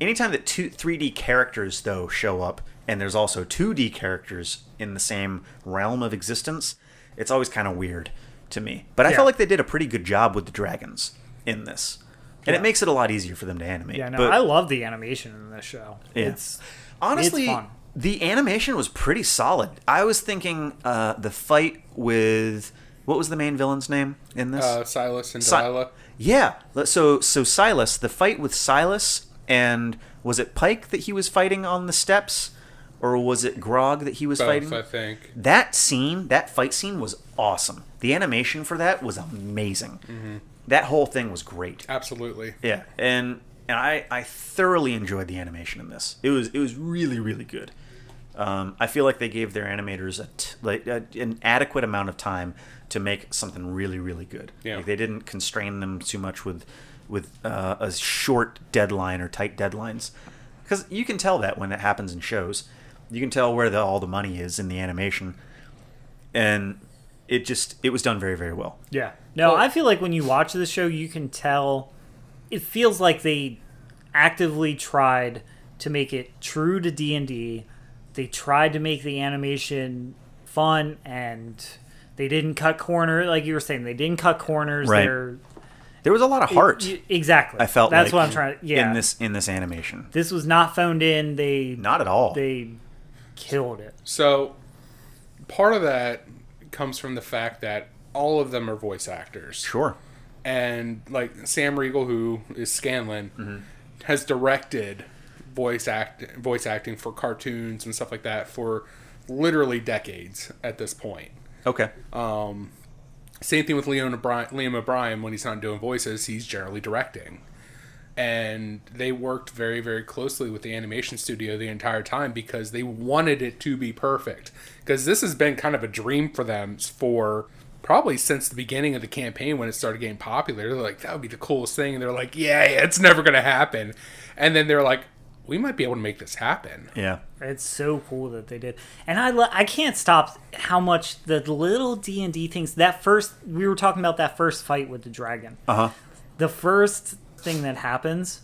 B: anytime that two 3D characters though show up, and there's also 2D characters in the same realm of existence, it's always kind of weird to me. But I
A: Yeah.
B: felt like they did a pretty good job with the dragons in this, and it makes it a lot easier for them to animate.
A: Yeah, no,
B: but,
A: I love the animation in this show.
B: yeah.
A: It's
B: honestly
A: fun.
B: the animation was pretty solid. I was thinking uh, the fight with what was the main villain's name in this?
C: *laughs* Uh, Silas and
B: Si-
C: Delilah.
B: Yeah. So so Silas, the fight with Silas and was it Pike that he was fighting on the steps or was it Grog that he was
C: Both,
B: fighting?
C: I think.
B: That scene, that fight scene was awesome. The animation for that was amazing.
C: Mm-hmm.
B: That whole thing was great.
C: Absolutely.
B: Yeah. And and I I thoroughly enjoyed the animation in this. It was it was really really good. Um, I feel like they gave their animators a t- like a, an adequate amount of time to make something really really good.
C: Yeah.
B: Like they didn't constrain them too much with with uh, a short deadline or tight deadlines because you can tell that when it happens in shows. You can tell where the, all the money is in the animation, and it just it was done very very well.
A: Yeah. No,
C: Well-
A: I feel like when you watch the show, you can tell. It feels like they actively tried to make it true to D and D. They tried to make the animation fun, and they didn't cut corners. Like you were saying, they didn't cut corners.
B: Right.
A: They're
B: There was a lot of heart.
A: Y- exactly.
B: I felt
A: that's
B: like,
A: what I'm trying. Yeah.
B: in this in this animation.
A: this was not phoned in. They
B: Not at all.
A: they killed it.
C: So, part of that comes from the fact that all of them are voice actors.
B: sure.
C: and like Sam Riegel, who is Scanlan, has directed voice act voice acting for cartoons and stuff like that for literally decades at this point.
B: Okay.
C: Same thing with Leon O'Brien, Liam O'Brien when he's not doing voices, he's generally directing. And they worked very, very closely with the animation studio the entire time because they wanted it to be perfect. Because this has been kind of a dream for them for probably since the beginning of the campaign when it started getting popular. They're like, that would be the coolest thing. And they're like, yeah, yeah it's never going to happen. And then they're like, we might be able to make this happen.
B: yeah.
A: It's so cool that they did, and I lo- I can't stop how much the little D and D things. That first we were talking about that first fight with the dragon.
B: Uh huh.
A: The first thing that happens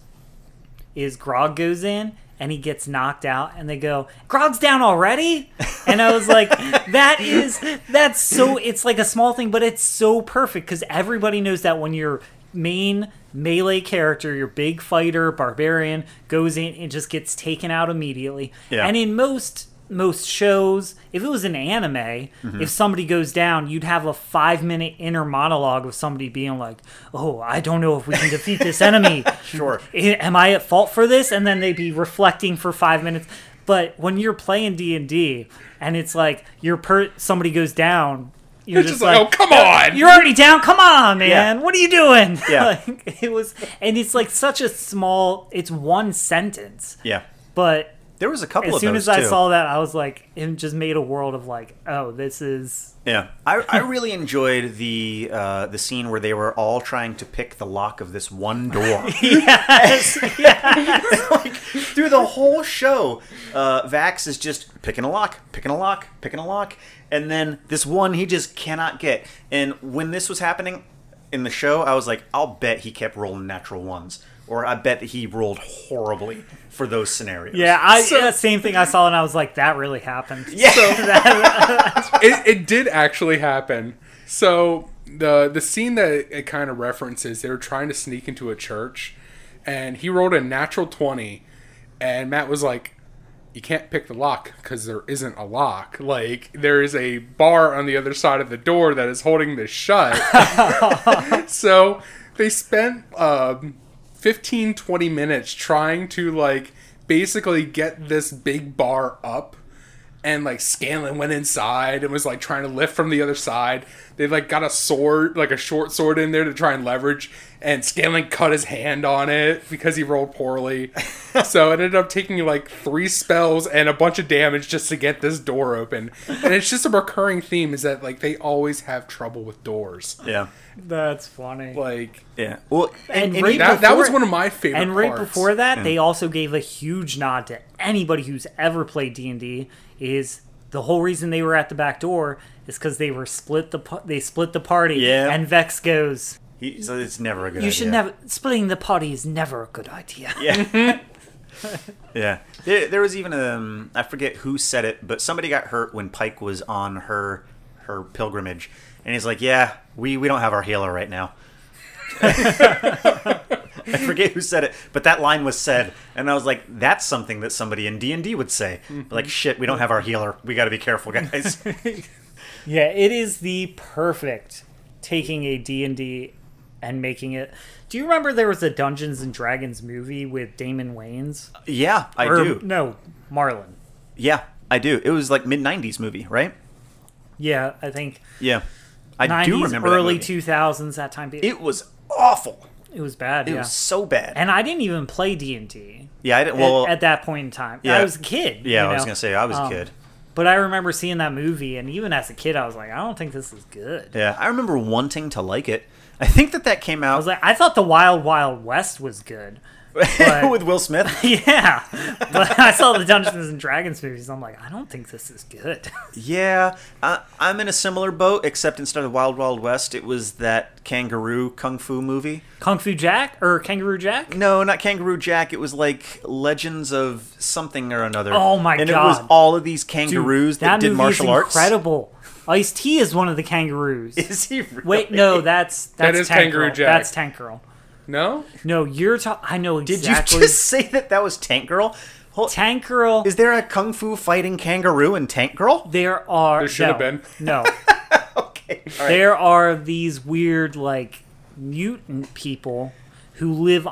A: is Grog goes in and he gets knocked out, and they go, "Grog's down already," and I was like, "That is that's so." It's like a small thing, but it's so perfect because everybody knows that when your main melee character your big fighter barbarian goes in and just gets taken out immediately
B: Yeah.
A: and in most most shows if it was an anime
C: Mm-hmm.
A: if somebody goes down you'd have a five minute inner monologue of somebody being like oh i don't know if we can defeat
C: *laughs*
A: this enemy *laughs*
B: Sure.
A: I- am i at fault for this and then they'd be reflecting for five minutes but when you're playing d&d and it's like your per somebody goes down you're
C: It's just like, oh, come on.
A: you're already down come on man
B: Yeah.
A: what are you doing
B: Yeah.
A: *laughs* like, it was and it's like such a small it's one sentence
B: Yeah.
A: but
B: There was a couple
A: as
B: of
A: soon
B: those
A: as I
B: too.
A: saw that, I was like, it just made a world of like, oh, this is
B: Yeah, I, I really enjoyed the uh, the scene where they were all trying to pick the lock of this one *laughs* door. *laughs* like, through the whole show, uh, Vax is just picking a lock, picking a lock, picking a lock, and then this one he just cannot get. And when this was happening in the show, I was like, I'll bet he kept rolling natural ones, or I bet that he rolled horribly for those scenarios.
A: yeah. I
C: So-
A: yeah, same thing I saw, and I was like, that really happened.
B: yeah.
C: it, it did actually happen. So the the scene that it, kind of references, they were trying to sneak into a church, and he rolled a natural twenty, and Matt was like, "You can't pick the lock because there isn't a lock. Like there is a bar on the other side of the door that is holding this shut." so they spent um, 15 20 minutes trying to like basically get this big bar up and like scanlan went inside and was like trying to lift from the other side they like got a sword like a short sword in there to try and leverage and scanlan cut his hand on it because he rolled poorly so it ended up taking like three spells and a bunch of damage just to get this door open and it's just a recurring theme is that like they always have trouble with doors
B: yeah,
A: *laughs* That's funny.
C: like
B: yeah. Well,
A: And
B: and, and
A: right
B: even-
A: now-
C: that, that was
A: Before-
C: one of my favorite
A: and right
C: parts.
A: before that, they also gave a huge nod to anybody who's ever played D and D. Is the whole reason they were at the back door is because they were split the pa- they split the party.
B: Yeah. Uh,
A: and Vex goes,
B: he, so it's never a good.
A: you should never splitting the party is never a good idea.
B: Yeah.
A: Mm-hmm.
B: Yeah, there, there was even um, I forget who said it, but somebody got hurt when Pike was on her her pilgrimage, and he's like, "Yeah, we we don't have our healer right now." *laughs* I forget who said it, but that line was said, and I was like, "That's something that somebody in D and D would say."
A: Mm-hmm.
B: Like, shit, we don't have our healer. We got to be
A: *laughs*
B: careful, guys.
A: Yeah, it is the perfect taking a D&D and making it. Do you remember there was a Dungeons and Dragons movie with Damon Wayans?
B: yeah, I
A: Or-
B: do.
A: No, Marlon.
B: Yeah, I do. It was like mid '90s movie, right?
A: Yeah, I think
B: Yeah, I
A: 90s,
B: do remember
A: early
B: that movie.
A: 2000s that time period.
B: It was awful.
A: It, was bad,
B: It
A: yeah.
B: was so bad.
A: And I didn't even play D&D
B: yeah, I didn't.
A: at-
B: Well,
A: at, that point in time.
B: yeah.
A: I was a kid.
B: yeah,
A: you
B: I was
A: know?
B: gonna say I was
A: Um,
B: a kid.
A: But I remember seeing that movie and even as a kid I was like, I don't think this is good.
B: Yeah, I remember wanting to like it. I think that that came
A: I
B: out
A: was like, I thought the Wild Wild West was good. but-
B: *laughs* with Will Smith.
A: *laughs* Yeah, but I saw the Dungeons and Dragons movies. And I'm like, I don't think this is good. *laughs*
B: Yeah, I, I'm in a similar boat, except instead of Wild Wild West, it was that kangaroo kung fu movie.
A: Kung Fu Jack or Kangaroo Jack?
B: No, not Kangaroo Jack. It was like Legends of something or another.
A: Oh my
B: And it was
A: God.
B: all of these
A: Dude,
B: kangaroos that,
A: that
B: did
A: movie
B: martial
A: is
B: arts.
A: Incredible. Ice T is one of the kangaroos.
B: *laughs* Is he really?
A: *laughs* Wait, no, that's that's
C: That is
A: Tank
C: Kangaroo
A: Girl.
C: Jack.
A: That's Tank Girl.
C: No?
A: No, you're talking. I know
B: Did
A: exactly.
B: you just say that that was Tank Girl? Hol-
A: Tank Girl?
B: is there a kung fu fighting kangaroo in Tank Girl? *laughs*
A: there are
C: There should
A: no,
C: have been.
A: no.
C: *laughs*
B: Okay. all right.
A: there are these weird like mutant people who live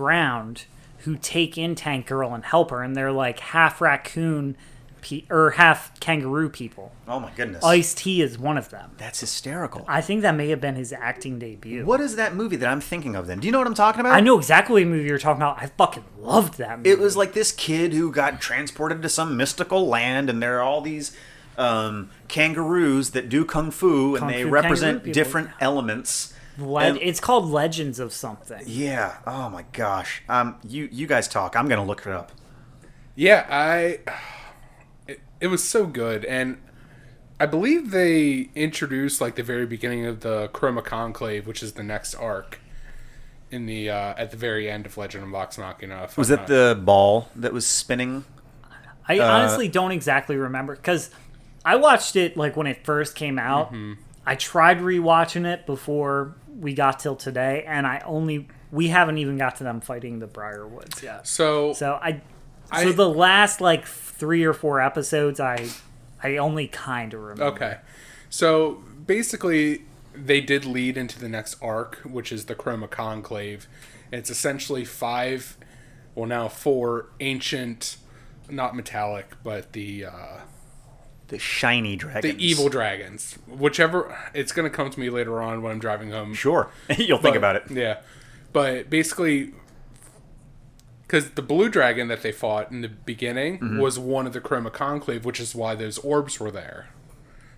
A: underground who take in Tank Girl and help her, and they're like half raccoon pe- or half kangaroo people.
B: Oh my goodness.
A: Ice T is one of them.
B: That's hysterical.
A: I think that may have been his acting debut.
B: What is that movie that I'm thinking of then? Do you know what I'm talking about?
A: I know exactly what movie you're talking about. I fucking loved that movie.
B: It was like this kid who got transported to some mystical land, and there are all these um, kangaroos that do kung fu, and
A: Kung
B: they
A: fu kangaroo
B: represent
A: people.
B: different elements.
A: Le-
B: and-
A: it's called Legends of something.
B: Yeah. Oh my gosh. Um, you you guys talk. I'm gonna look it up.
C: Yeah, I. It, it was so good, and I believe they introduced like the very beginning of the Chroma Conclave, which is the next arc in the uh, at the very end of Legend of Vox Machina. if
B: Was
C: I'm
B: that
C: not-
B: the ball that was spinning?
A: I
C: Uh,
A: honestly don't exactly remember because I watched it like when it first came out.
C: Mm-hmm.
A: I tried rewatching it before we got till today, and I only we haven't even got to them fighting the Briarwoods yet.
C: So,
A: So I,
C: I-
A: so the last like three or four episodes, I, I only kind of remember.
C: Okay. So basically, they did lead into the next arc, which is the Chroma Conclave. It's essentially five, well, now four ancient, not metallic, but the uh,
B: The shiny
C: the
B: dragon.
C: evil dragons. Whichever it's going to come to me later on when I'm driving home.
B: Sure. *laughs* You'll think
C: But-
B: about it.
C: Yeah, but basically, because the blue dragon that they fought in the beginning
B: Mm-hmm.
C: was one of the Chroma Conclave, which is why those orbs were there,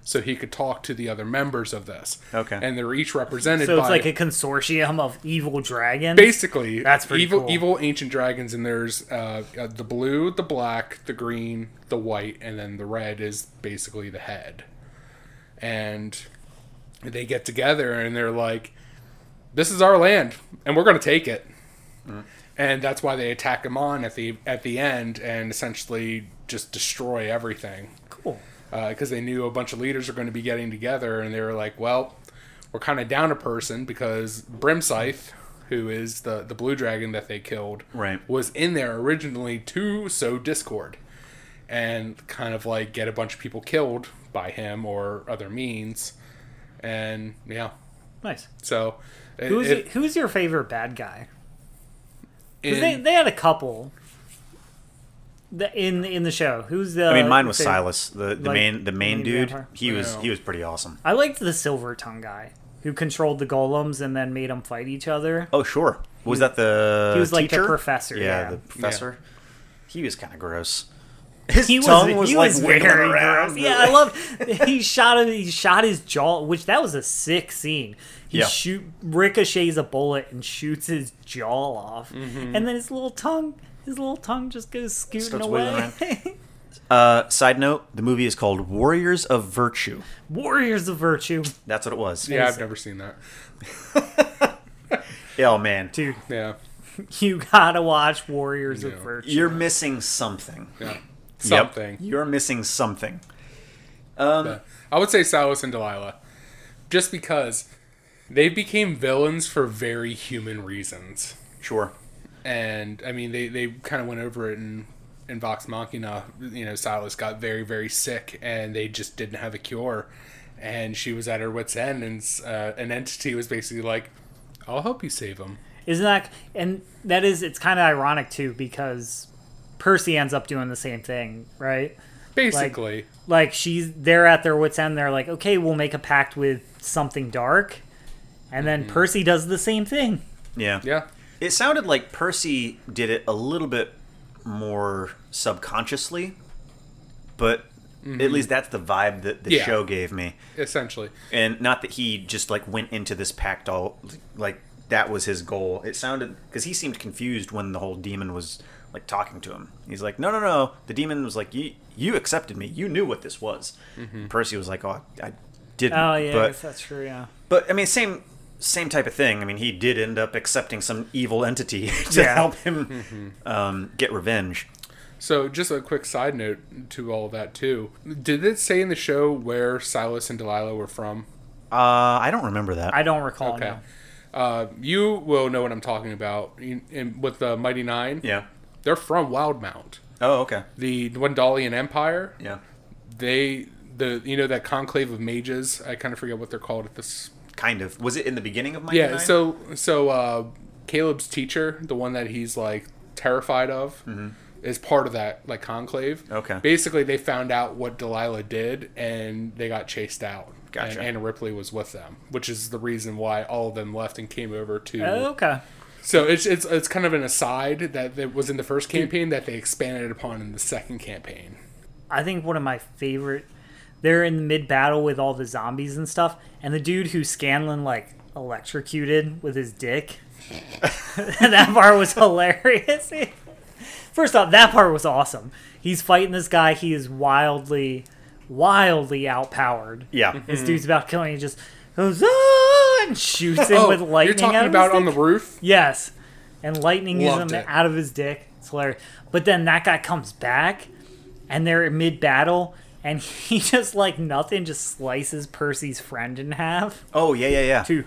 C: so he could talk to the other members of this.
B: Okay.
C: and they're each represented.
A: So
C: by,
A: it's like a consortium of evil dragons.
C: basically
A: That's pretty
C: evil,
A: cool.
C: evil ancient dragons, and there's uh, uh, the blue, the black, the green, the white, and then the red is basically the head. And they get together and they're like, "This is our land, and we're going to take it." And that's why they attack him on at the at the end and essentially just destroy everything
A: cool.
C: because uh, they knew a bunch of leaders are going to be getting together, and they were like, "Well, we're kind of down a person because Brimscythe, who is the the blue dragon that they killed,
B: Right.
C: was in there originally to sow discord, and kind of like get a bunch of people killed by him or other means, and yeah,
A: Nice.
C: so it-
A: Who's
C: it-
A: who's your favorite bad guy? 'Cause
C: in-
A: They, they had a couple. The, in in the show, who's the?
B: I
C: uh,
B: mean, mine was
A: favorite?
B: Silas, the, the
A: like,
B: main the main
A: main
B: dude.
A: vampire?
B: He was
C: Yeah.
B: he was pretty awesome.
A: I liked the silver tongue guy who controlled the golems and then made them fight each other.
B: Oh sure. Was that the
A: He was like the
B: teacher?
A: professor, yeah.
B: the professor. He was kind of gross. His
A: He was,
B: tongue was,
A: he
B: like
A: was
B: wiggling
A: very
B: around.
A: gross. Yeah, I love. He shot him. He shot his jaw, which that was a sick scene. He
B: Yeah.
A: shoot ricochets a bullet and shoots his jaw off, and then his little tongue, his little tongue just goes scooting
B: Mm-hmm. Starts
A: away.
B: Uh, side note: the movie is called Warriors of Virtue.
A: *laughs* Warriors of Virtue,
B: That's what it was.
C: yeah, I've never seen that.
B: Yeah, Oh man,
A: dude.
C: Yeah,
A: you gotta watch Warriors
C: Yeah.
A: of Virtue.
B: You're missing something.
C: Yeah.
B: Yep.
C: Something.
B: You're missing something.
C: But I would say Silas and Delilah, just because they became villains for very human reasons.
B: Sure.
C: and I mean they they kind of went over it in in Vox Machina. You know, Silas got very very sick, and they just didn't have a cure, and she was at her wits' end, and uh, an entity was basically like, "I'll help you save him."
A: Isn't that and that is it's kind of ironic too because Percy ends up doing the same thing, right?
C: Basically,
A: Like she's they're at their wits end. They're like, okay, we'll make a pact with something dark, and then Percy does the same thing.
B: Yeah.
C: yeah,
B: It sounded like Percy did it a little bit more subconsciously, but at least that's the vibe that the
C: Yeah.
B: show gave me.
C: essentially.
B: And not that he just like went into this pact all like that was his goal. It sounded because he seemed confused when the whole demon was like talking to him. He's like, "No, no, no." The demon was like, "You, you accepted me. You knew what this was." And Percy was like, "Oh, I didn't."
A: Oh yeah, I
B: but
A: guess that's true. Yeah,
B: but I mean, same same type of thing. I mean, he did end up accepting some evil entity *laughs* to
A: Yeah.
B: help him um, get revenge.
C: So, just a quick side note to all of that too. Did it say in the show where Silas and Delilah were from?
B: Uh, I don't remember that.
A: I don't recall.
C: Okay.
A: now.
C: Uh, you will know what I'm talking about. You- And with the Mighty Nine,
B: yeah.
C: they're from Wildmount,
B: Oh, okay.
C: the Dwendalian Empire.
B: Yeah.
C: they the you know that conclave of mages i kind of forget what they're called at this
B: Kind of. Was it in the beginning of my
C: yeah so so uh caleb's teacher the one that he's like terrified of is part of that like conclave
B: Mm-hmm. Okay.
C: basically they found out what delilah did and they got chased out
B: Gotcha.
C: and anna ripley was with them which is the reason why all of them left and came over to
A: Okay.
C: so it's it's it's kind of an aside that, that was in the first campaign that they expanded upon in the second campaign
A: I think one of my favorite. They're in mid battle with all the zombies and stuff, and the dude who Scanlan like electrocuted with his dick. *laughs* that part was hilarious. First off, that part was awesome. He's fighting this guy. He is wildly, wildly outpowered.
B: Yeah.
A: This
C: Hmm.
A: dude's about killing. He just goes "Ah," and shoots him with lightning.
C: Oh, you're talking
A: out of his
C: about on
A: dick.
C: the roof
A: Yes. And lightning uses
C: Loved
A: him
C: it.
A: out of his dick. It's hilarious. But then that guy comes back and they're in mid battle and *laughs* he just like nothing just slices Percy's friend in half.
B: Oh, yeah, yeah, yeah.
A: Dude,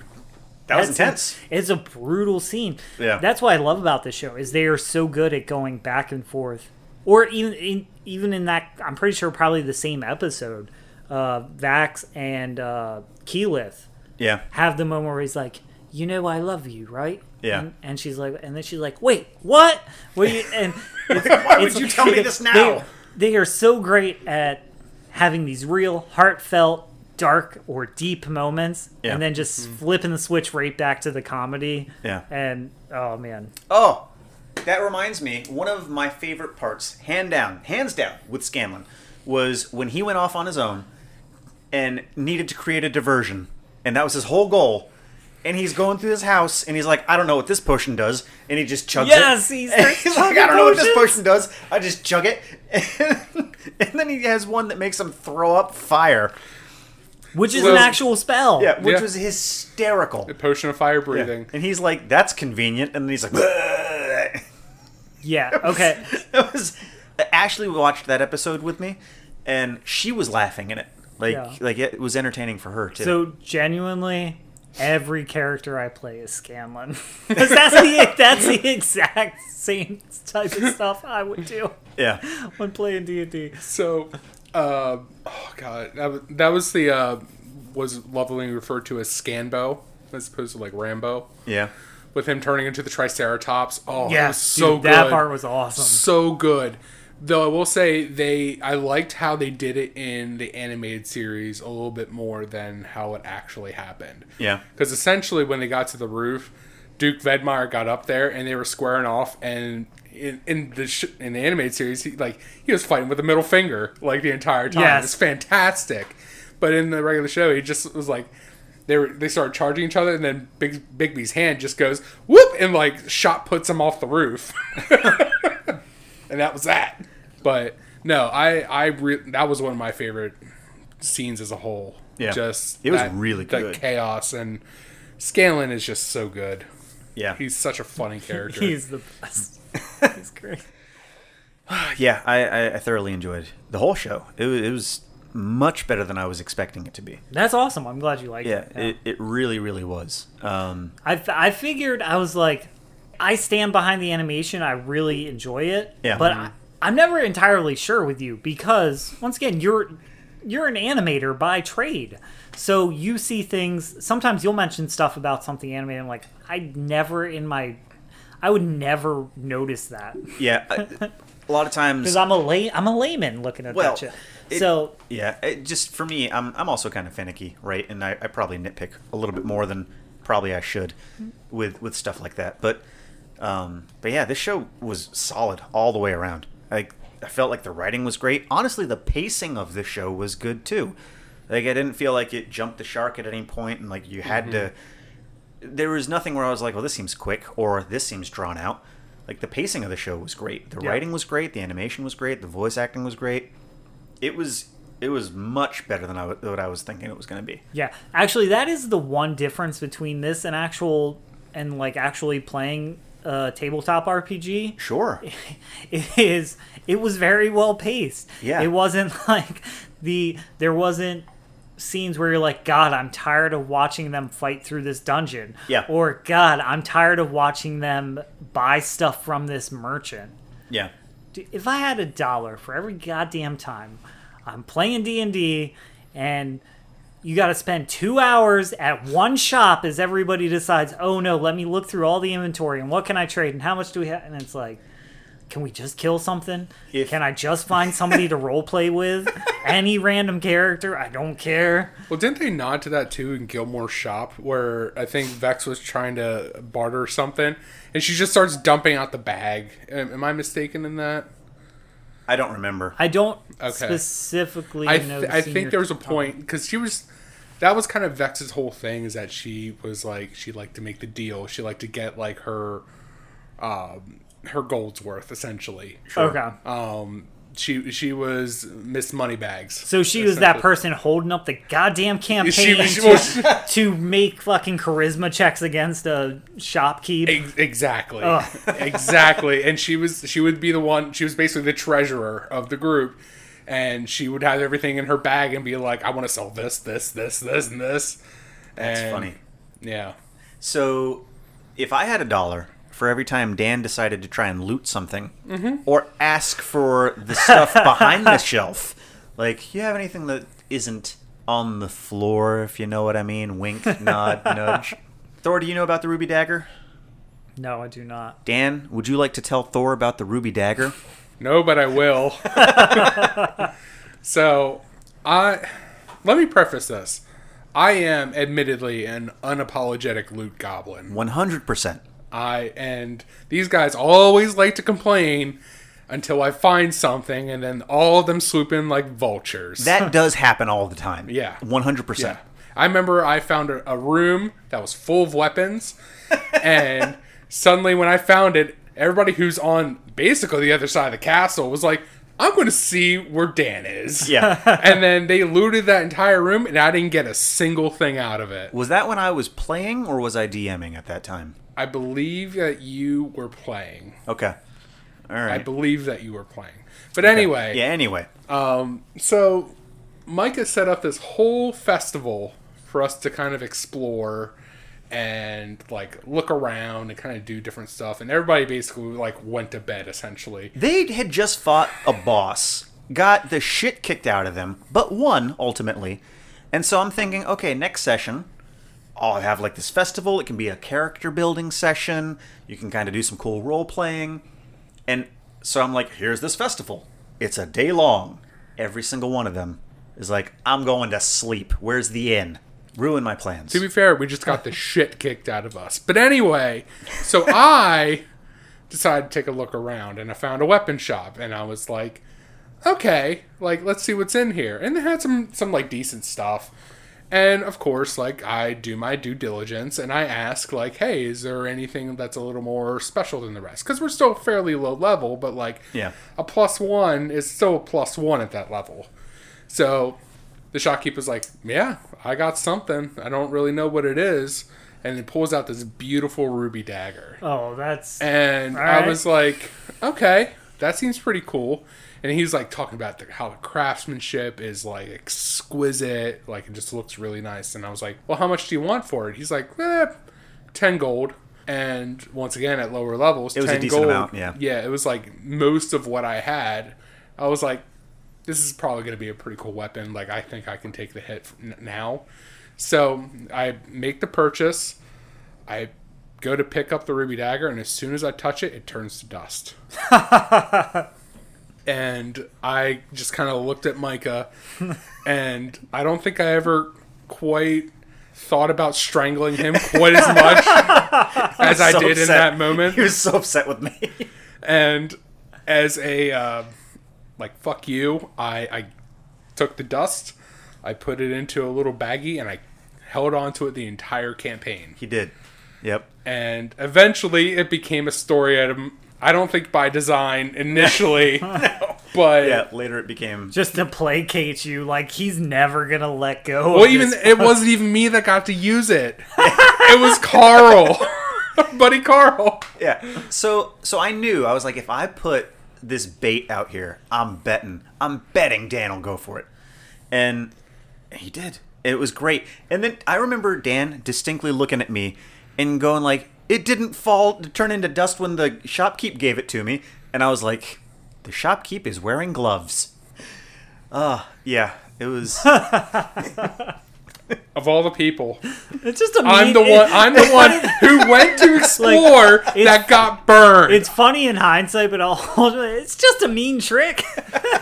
B: that was
A: that's-
B: intense.
A: It's a brutal scene.
B: Yeah.
A: That's what I love about this show is they are so good at going back and forth. Or even in, even in that I'm pretty sure probably the same episode, uh Vax and uh Keyleth
B: Yeah.
A: have the moment where he's like, "You know, I love you, right?"
B: Yeah.
A: And, and she's like, and then she's like, "Wait, what? What?" do You,
B: *laughs*
A: and
B: *laughs* Why would you tell me this now?
A: They, they are so great at having these real, heartfelt, dark or deep moments,
B: Yeah.
A: and then just flipping the switch right back to the comedy.
B: Yeah.
A: And oh man,
B: Oh, that reminds me. One of my favorite parts, hand down, hands down, with Scanlan, was when he went off on his own and needed to create a diversion, and that was his whole goal. And he's going through his house, and he's like, "I don't know what this potion does," and he just chugs
A: Yes,
B: it.
A: he's-
B: And
A: there's
B: *laughs* he's like, "I
A: chugging
B: don't know what this
A: potions."
B: potion does. I just chug it." *laughs* And, and then he has one that makes him throw up fire.
A: which is
C: Well-
A: an actual spell.
B: Yeah, which
C: Yeah.
B: was hysterical.
C: potion of fire
B: Yeah.
C: breathing
B: And he's like, "That's convenient," and then he's like. "Bleh." *laughs*
A: Yeah. Okay.
B: That was Ashley watched that episode with me, and she was laughing in it. Like
A: Yeah.
B: like it was entertaining for her too.
A: So genuinely, every character I play is Scanlan. *laughs* 'Cause that's the that's the exact same type of stuff I would do
B: yeah,
A: when playing D and D.
C: So, uh, oh god, that was, that was the uh, was lovingly referred to as Scanbo as opposed to like Rambo,
B: yeah.
C: with him turning into the Triceratops. Oh, yeah,
A: Yeah,
C: so
A: dude, that
C: good,
A: part was awesome.
C: so good. Though I will say they, I liked how they did it in the animated series a little bit more than how it actually happened.
B: Yeah.
C: because essentially when they got to the roof, Duke Vedmeyer got up there and they were squaring off and. In, in the sh- in the animated series, he like he was fighting with a middle finger like the entire time.
A: Yes.
C: It's fantastic, but in the regular show, he just was like they were they started charging each other, and then Big Bigby's hand just goes whoop and like shot puts him off the roof. *laughs* and that was that. But no, I I re- that was one of my favorite scenes as a whole.
B: Yeah.
C: just
B: It was
C: that-
B: really
C: that
B: good.
C: chaos and Scanlan is just so good.
B: Yeah.
C: He's such
B: *laughs*
C: a funny character.
A: He's the best. *laughs* He's great.
B: yeah, I, I, I thoroughly enjoyed the whole show. It was, it was much better than I was expecting it to be.
A: That's awesome. I'm glad you liked
B: Yeah,
A: it.
B: It, it really, really was. Um,
A: I, f- I figured I was like, I stand behind the animation. I really enjoy it.
B: Yeah.
A: But
B: Mhm.
A: I, I'm never entirely sure with you because once again, you're you're an animator by trade, so you see things. Sometimes you'll mention stuff about something animated. I'm like, I never in my, I would never notice that
B: yeah, I- a lot of
A: *laughs*
B: times.
A: because I'm a lay, I'm a layman looking at
B: Well,
A: that shit.
B: it-
A: so
B: Yeah, it just for me, I'm I'm also kind of finicky, right? And I, I probably nitpick a little bit more than probably I should with with stuff like that. But um, but yeah, this show was solid all the way around. Like I felt like the writing was great. Honestly, the pacing of this show was good too. Like I didn't feel like it jumped the shark at any point, and like you had to. There was nothing where I was like, "Well, this seems quick," or "This seems drawn out." Like the pacing of the show was great. The
A: Yeah.
B: writing was great. The animation was great. The voice acting was great it was it was much better than I w- what I was thinking it was going to be.
A: Yeah, actually, that is the one difference between this and actual and like actually playing a tabletop RPG.
B: Sure.
A: *laughs* It is it was very well paced.
B: Yeah.
A: it wasn't *laughs* like the there wasn't scenes where you're like, God, I'm tired of watching them fight through this dungeon.
B: Yeah.
A: or God, I'm tired of watching them buy stuff from this merchant.
B: *laughs* Yeah.
A: Dude, if I had a dollar for every goddamn time I'm playing D and D, and you got to spend two hours at one shop as everybody decides, oh no, let me look through all the inventory and what can I trade and how much do we have, and it's like. Can we just kill something?
B: If-
A: Can I just find somebody to roleplay with? Any random character? I don't care.
C: Well, didn't they nod to that too in Gilmore's shop, where I think Vex was trying to barter something, and she just starts dumping out the bag? Am, am I mistaken in that?
B: I don't remember.
A: I don't
C: Okay.
A: specifically
C: I
A: know.
C: th-
A: the
C: I
A: senior-
C: think there was a point because she was. That was kind of Vex's whole thing is that she was like she liked to make the deal. She liked to get like her, um, her gold's worth essentially.
A: Okay.
C: Um, she she was Miss Moneybags.
A: So she was that person holding up the goddam campaign.
C: She was-
A: to-
C: she was-
A: to make fucking charisma checks against a shopkeep.
C: Ex- Exactly. exactly. And she was she would be the one she was basically the treasurer of the group and she would have everything in her bag and be like, I want to sell this, this, this, this, and this. That's
B: funny.
C: Yeah.
B: So, if I had a dollar for every time Dan decided to try and loot something or ask for the stuff behind the shelf, like you have anything that isn't on the floor, if you know what I mean, wink, nod, nudge. Thor, do you know about the ruby dagger?
A: No, I do not.
B: Dan, would you like to tell Thor about the ruby dagger?
C: No, but I will. so, I let me preface this. I am admittedly an unapologetic loot goblin.
B: One hundred percent.
C: I and these guys always like to complain until I find something, and then all of them swoop in like vultures.
B: That does happen all the time.
C: Yeah.
B: one hundred percent.
C: yeah. I remember I found a, a room that was full of weapons, and suddenly when I found it, everybody who's on basically the other side of the castle was like, "I'm going to see where Dan is."
B: Yeah.
C: and then they looted that entire room, and I didn't get a single thing out of
B: *laughs*
C: it.
B: Was that when I was playing or was I DMing at that time?
C: I believe that you were playing.
B: Okay. All
C: I
B: right.
C: believe that you were playing. But anyway,
B: yeah, anyway.
C: So, Micah set up this whole festival for us to kind of explore and like look around and kind of do different stuff. And everybody basically like went to bed essentially.
B: They had just fought a boss, got the shit kicked out of them, but won ultimately. And so I'm thinking, okay, next session, I'll have like this festival. It can be a character building session. You can kind of do some cool role playing. And so I'm like, here's this festival. It's a day long. Every single one of them is like, I'm going to sleep. Where's the inn? Ruin my plans.
C: To be fair, we just got the shit kicked out of us. But anyway, so I decided to take a look around and I found a weapon shop and I was like, okay, like let's see what's in here. And they had some some like decent stuff. And of course, like I do my due diligence and I ask like, "Hey, is there anything that's a little more special than the rest?" Cuz we're still fairly low level, but like
B: Yeah.
C: a plus 1 is still a plus 1 at that level. So the shopkeeper's like, "Yeah, I got something. I don't really know what it is." and it pulls out this beautiful ruby dagger.
A: Oh, that's
C: And
A: All
C: I
A: right.
C: was like, okay, that seems pretty cool. And he's like talking about the, how the craftsmanship is like exquisite, like it just looks really nice. And I was like, well, how much do you want for it? He's like, eh, 10 gold. And once again, at lower levels,
B: It was a
C: 10
B: decent
C: gold.
B: amount, yeah.
C: Yeah, it was like most of what I had. I was like, this is probably going to be a pretty cool weapon. Like, I think I can take the hit n- now. So I make the purchase. I go to pick up the ruby dagger, and as soon as I touch it, it turns
B: *laughs*
C: to dust. and I just kind of looked at Micah, and I don't think I ever quite thought about strangling him quite
B: *laughs*
C: as much as I
B: So
C: did in
B: upset.
C: that moment
B: *laughs* He was so upset with me.
C: and as a uh, like fuck you I, I took the dust i put it into a little baggie and i held on to it the entire campaign
B: *laughs* he did. Yep.
C: and eventually it became a story item i don't think by design
A: *laughs*
C: initially but
B: Yeah. Later it became.
A: just to placate you. Like he's never gonna let go.
C: well even it wasn't even me that got to use it it was carl *laughs* buddy carl
B: Yeah. So so I knew I was like, if I put this bait out here, I'm betting. I'm betting Dan will go for it, and he did. It was great. And then I remember Dan distinctly looking at me and going like, "It didn't fall turn into dust when the shopkeep gave it to me," and I was like, "The shopkeep is wearing gloves." Ah, yeah. It was.
C: of all the people
A: it's just a
C: i'm
A: mean-
C: the one
A: it-
C: i'm the one who
A: *laughs*
C: went to explore
A: it's-
C: that got burned
A: It's funny in hindsight, but all *laughs* it's just a mean trick. *laughs*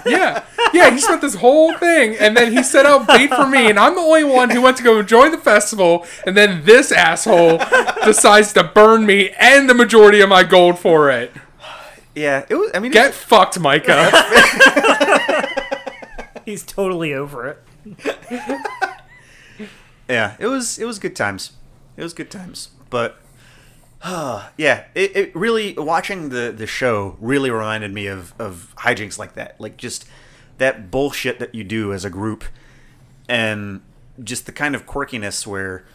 C: Yeah, yeah. He spent this whole thing, and then he set out bait for me, and I'm the only one who went to go enjoy the festival, and then this asshole decides to burn me and the majority of my gold for it.
B: Yeah. It was. I mean, it was-
C: Get fucked, Micah.
A: he's totally over it.
B: yeah it was it was good times it was good times but *sighs* yeah it, it really watching the the show really reminded me of of hijinks like that like just that bullshit that you do as a group and just the kind of quirkiness where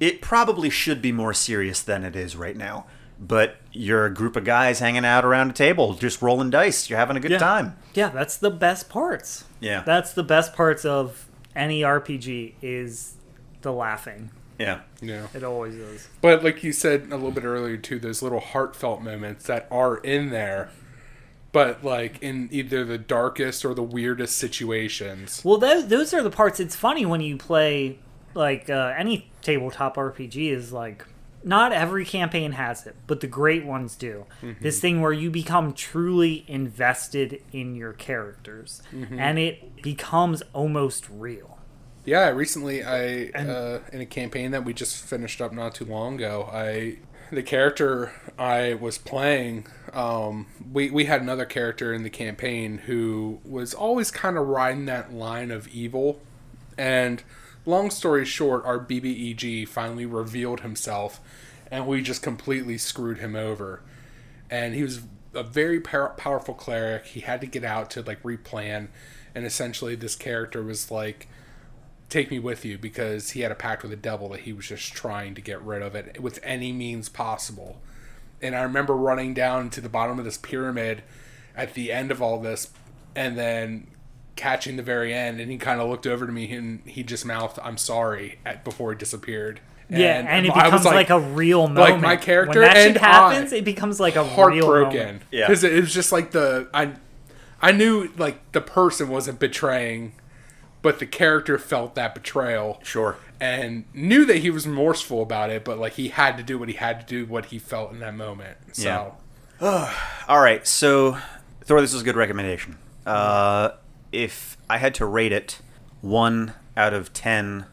B: it probably should be more serious than it is right now but you're a group of guys hanging out around a table just rolling dice you're having a good time
A: Yeah, that's the best parts.
B: Yeah.
A: That's the best parts of any RPG is the laughing.
B: yeah
C: Yeah.
A: It always is.
C: But like you said a little bit earlier too, those little heartfelt moments that are in there, but like in either the darkest or the weirdest situations.
A: Well, those those are the parts. It's funny when you play like uh, any tabletop RPG is like not every campaign has it, but the great ones do.
C: Mm-hmm.
A: This thing where you become truly invested in your characters,
C: Mm-hmm.
A: and it becomes almost real.
C: Yeah, recently I uh, in a campaign that we just finished up not too long ago. I the character I was playing. Um, we we had another character in the campaign who was always kind of riding that line of evil. And long story short, our BBEG finally revealed himself, and we just completely screwed him over and he was a very pow- powerful cleric. He had to get out to like replan, and essentially this character was like, "Take me with you," because he had a pact with the devil that he was just trying to get rid of it with any means possible. And I remember running down to the bottom of this pyramid at the end of all this, and then catching the very end. And he kind of looked over to me and he just mouthed, "I'm sorry," at, before he disappeared.
A: yeah, and it
C: I
A: becomes
C: was
A: like, a real moment.
C: like, my character
A: when that shit
C: and
A: happens,
C: I-
A: it becomes like a real
C: heartbroken
A: moment.
B: Yeah.
C: because it was just like the I, I knew like the person wasn't betraying, but the character felt that betrayal.
B: Sure.
C: and knew that he was remorseful about it, but like he had to do what he had to do, what he felt in that moment. So
B: Yeah. All right, so Thor, this was a good recommendation. Uh, if I had to rate it, one out of ten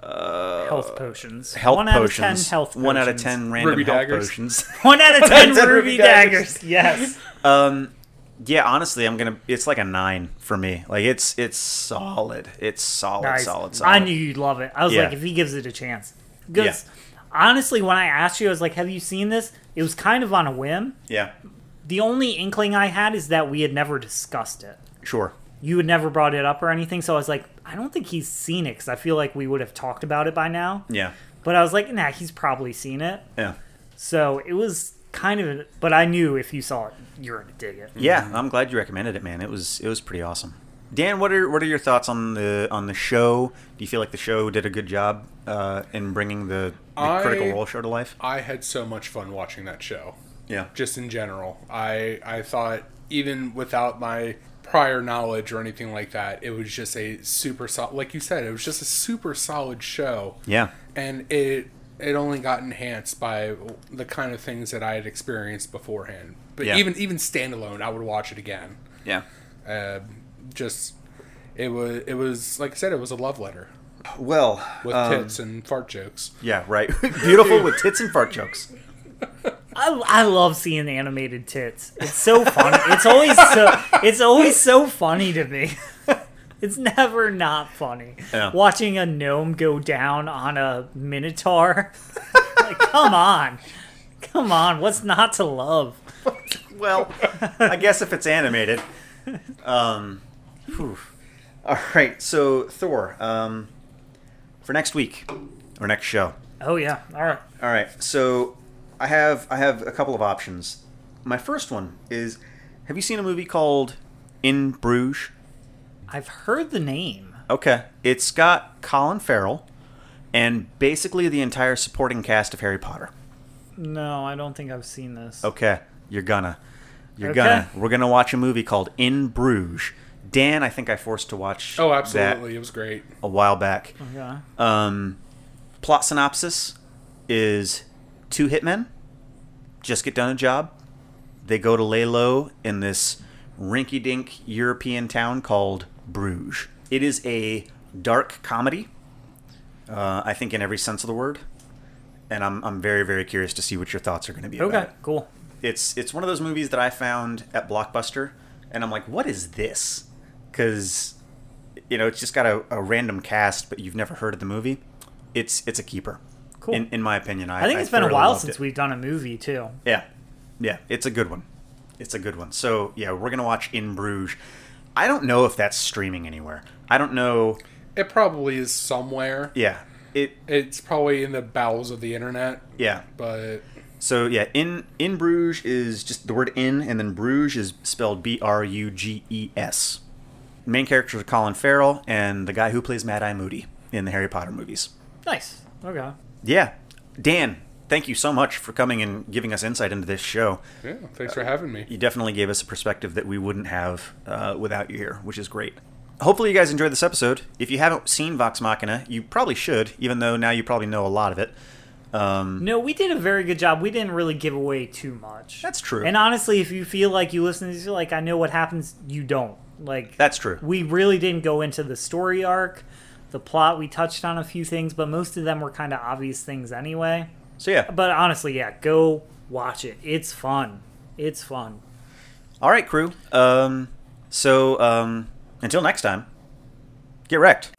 A: Health potions.
B: Uh, health
A: one
B: potions,
A: out of ten health.
B: one out of
A: potions.
B: ten random
C: Ruby
B: health
C: daggers. *laughs*
B: potions. *laughs*
A: One out of ten,
B: 10
A: ruby,
B: ruby
A: daggers.
B: daggers.
A: Yes.
B: yeah, honestly, I'm gonna. It's like a nine for me. Like it's it's solid. It's solid,
A: Nice.
B: solid, solid.
A: I knew you'd love it. I was
B: Yeah.
A: like, if he gives it a chance. Because honestly, when I asked you, I was like, have you seen this? It was kind of on a whim.
B: Yeah,
A: The only inkling I had is that we had never discussed it.
B: sure.
A: You had never brought it up or anything. So I was like, I don't think he's seen it because I feel like we would have talked about it by now.
B: Yeah,
A: But I was like, nah, he's probably seen it.
B: Yeah.
A: So it was kind of, but I knew if you saw it, you were gonna dig it.
B: Yeah, I'm glad you recommended it, man. It was it was pretty awesome. Dan, what are what are your thoughts on the on the show? Do you feel like the show did a good job uh, in bringing the, the
C: I-
B: Critical Role show to life?
C: I had so much fun watching that show.
B: Yeah,
C: just in general. I I thought even without my prior knowledge or anything like that, it was just a super solid. Like you said, it was just a super solid show.
B: yeah,
C: and it it only got enhanced by the kind of things that I had experienced beforehand. But
B: Yeah.
C: even even standalone, I would watch it again.
B: yeah.
C: Uh, just it was it was like I said, it was a love letter
B: Well,
C: with
B: um,
C: tits and fart jokes.
B: yeah, right. *laughs* Beautiful with tits and fart jokes.
A: I, I love seeing animated tits. It's so funny. It's always so it's always so funny to me. *laughs* It's never not funny.
B: Yeah.
A: Watching a gnome go down on a minotaur. *laughs* like, come on. Come on, what's not to love?
B: Well, I guess if it's animated. Um, whew. All right, so Thor, um, for next week or next show.
A: Oh yeah. All right.
B: All right, so I have I have a couple of options. My first one is: Have you seen a movie called In Bruges?
A: I've heard the name.
B: Okay, it's got Colin Farrell and basically the entire supporting cast of Harry Potter.
A: No, I don't think I've seen this.
B: Okay, you're gonna, you're
A: Okay.
B: gonna. We're gonna watch a movie called In Bruges. Dan, I think I forced to watch.
C: Oh,
B: that
C: absolutely, it was great.
B: a while back.
A: Okay.
B: Um, plot synopsis is two hitmen just get done a job. They go to lay low in this rinky dink European town called Bruges. It is a dark comedy, uh, I think, in every sense of the word. And I'm, I'm very, very curious to see what your thoughts are going to be.
A: Okay,
B: About it.
A: cool.
B: It's, it's one of those movies that I found at Blockbuster, and I'm like, what is this? Because you know, it's just got a, a random cast, but you've never heard of the movie. It's it's a keeper.
A: Cool.
B: In, in my opinion, I,
A: I think
B: I
A: it's been a
B: thoroughly
A: while
B: loved
A: since
B: it.
A: we've done a movie too.
B: Yeah, yeah, it's a good one. It's a good one. So yeah, we're gonna watch In Bruges. I don't know if that's streaming anywhere. I don't know.
C: It probably is somewhere.
B: Yeah, it.
C: It's probably in the bowels of the internet,
B: Yeah.
C: but
B: So yeah, in in Bruges is just the word in, and then Bruges is spelled B R U G E S. Main characters are Colin Farrell and the guy who plays Mad Eye Moody in the Harry Potter movies.
A: Nice. Okay.
B: Yeah. Dan, thank you so much for coming and giving us insight into this show.
C: yeah. Thanks for having me.
B: You definitely gave us a perspective that we wouldn't have uh, without you here, which is great. Hopefully, you guys enjoyed this episode. If you haven't seen Vox Machina, you probably should, even though now you probably know a lot of it. Um,
A: No, we did a very good job. We didn't really give away too much.
B: That's true.
A: And honestly, if you feel like you listen to this, you're like, I know what happens, you don't. Like
B: That's true.
A: We really didn't go into the story arc, the plot. We touched on a few things, but most of them were kind of obvious things anyway.
B: So, yeah.
A: But honestly, yeah, go watch it. It's fun. It's fun.
B: All right, crew. Um, so, um, until next time, get wrecked.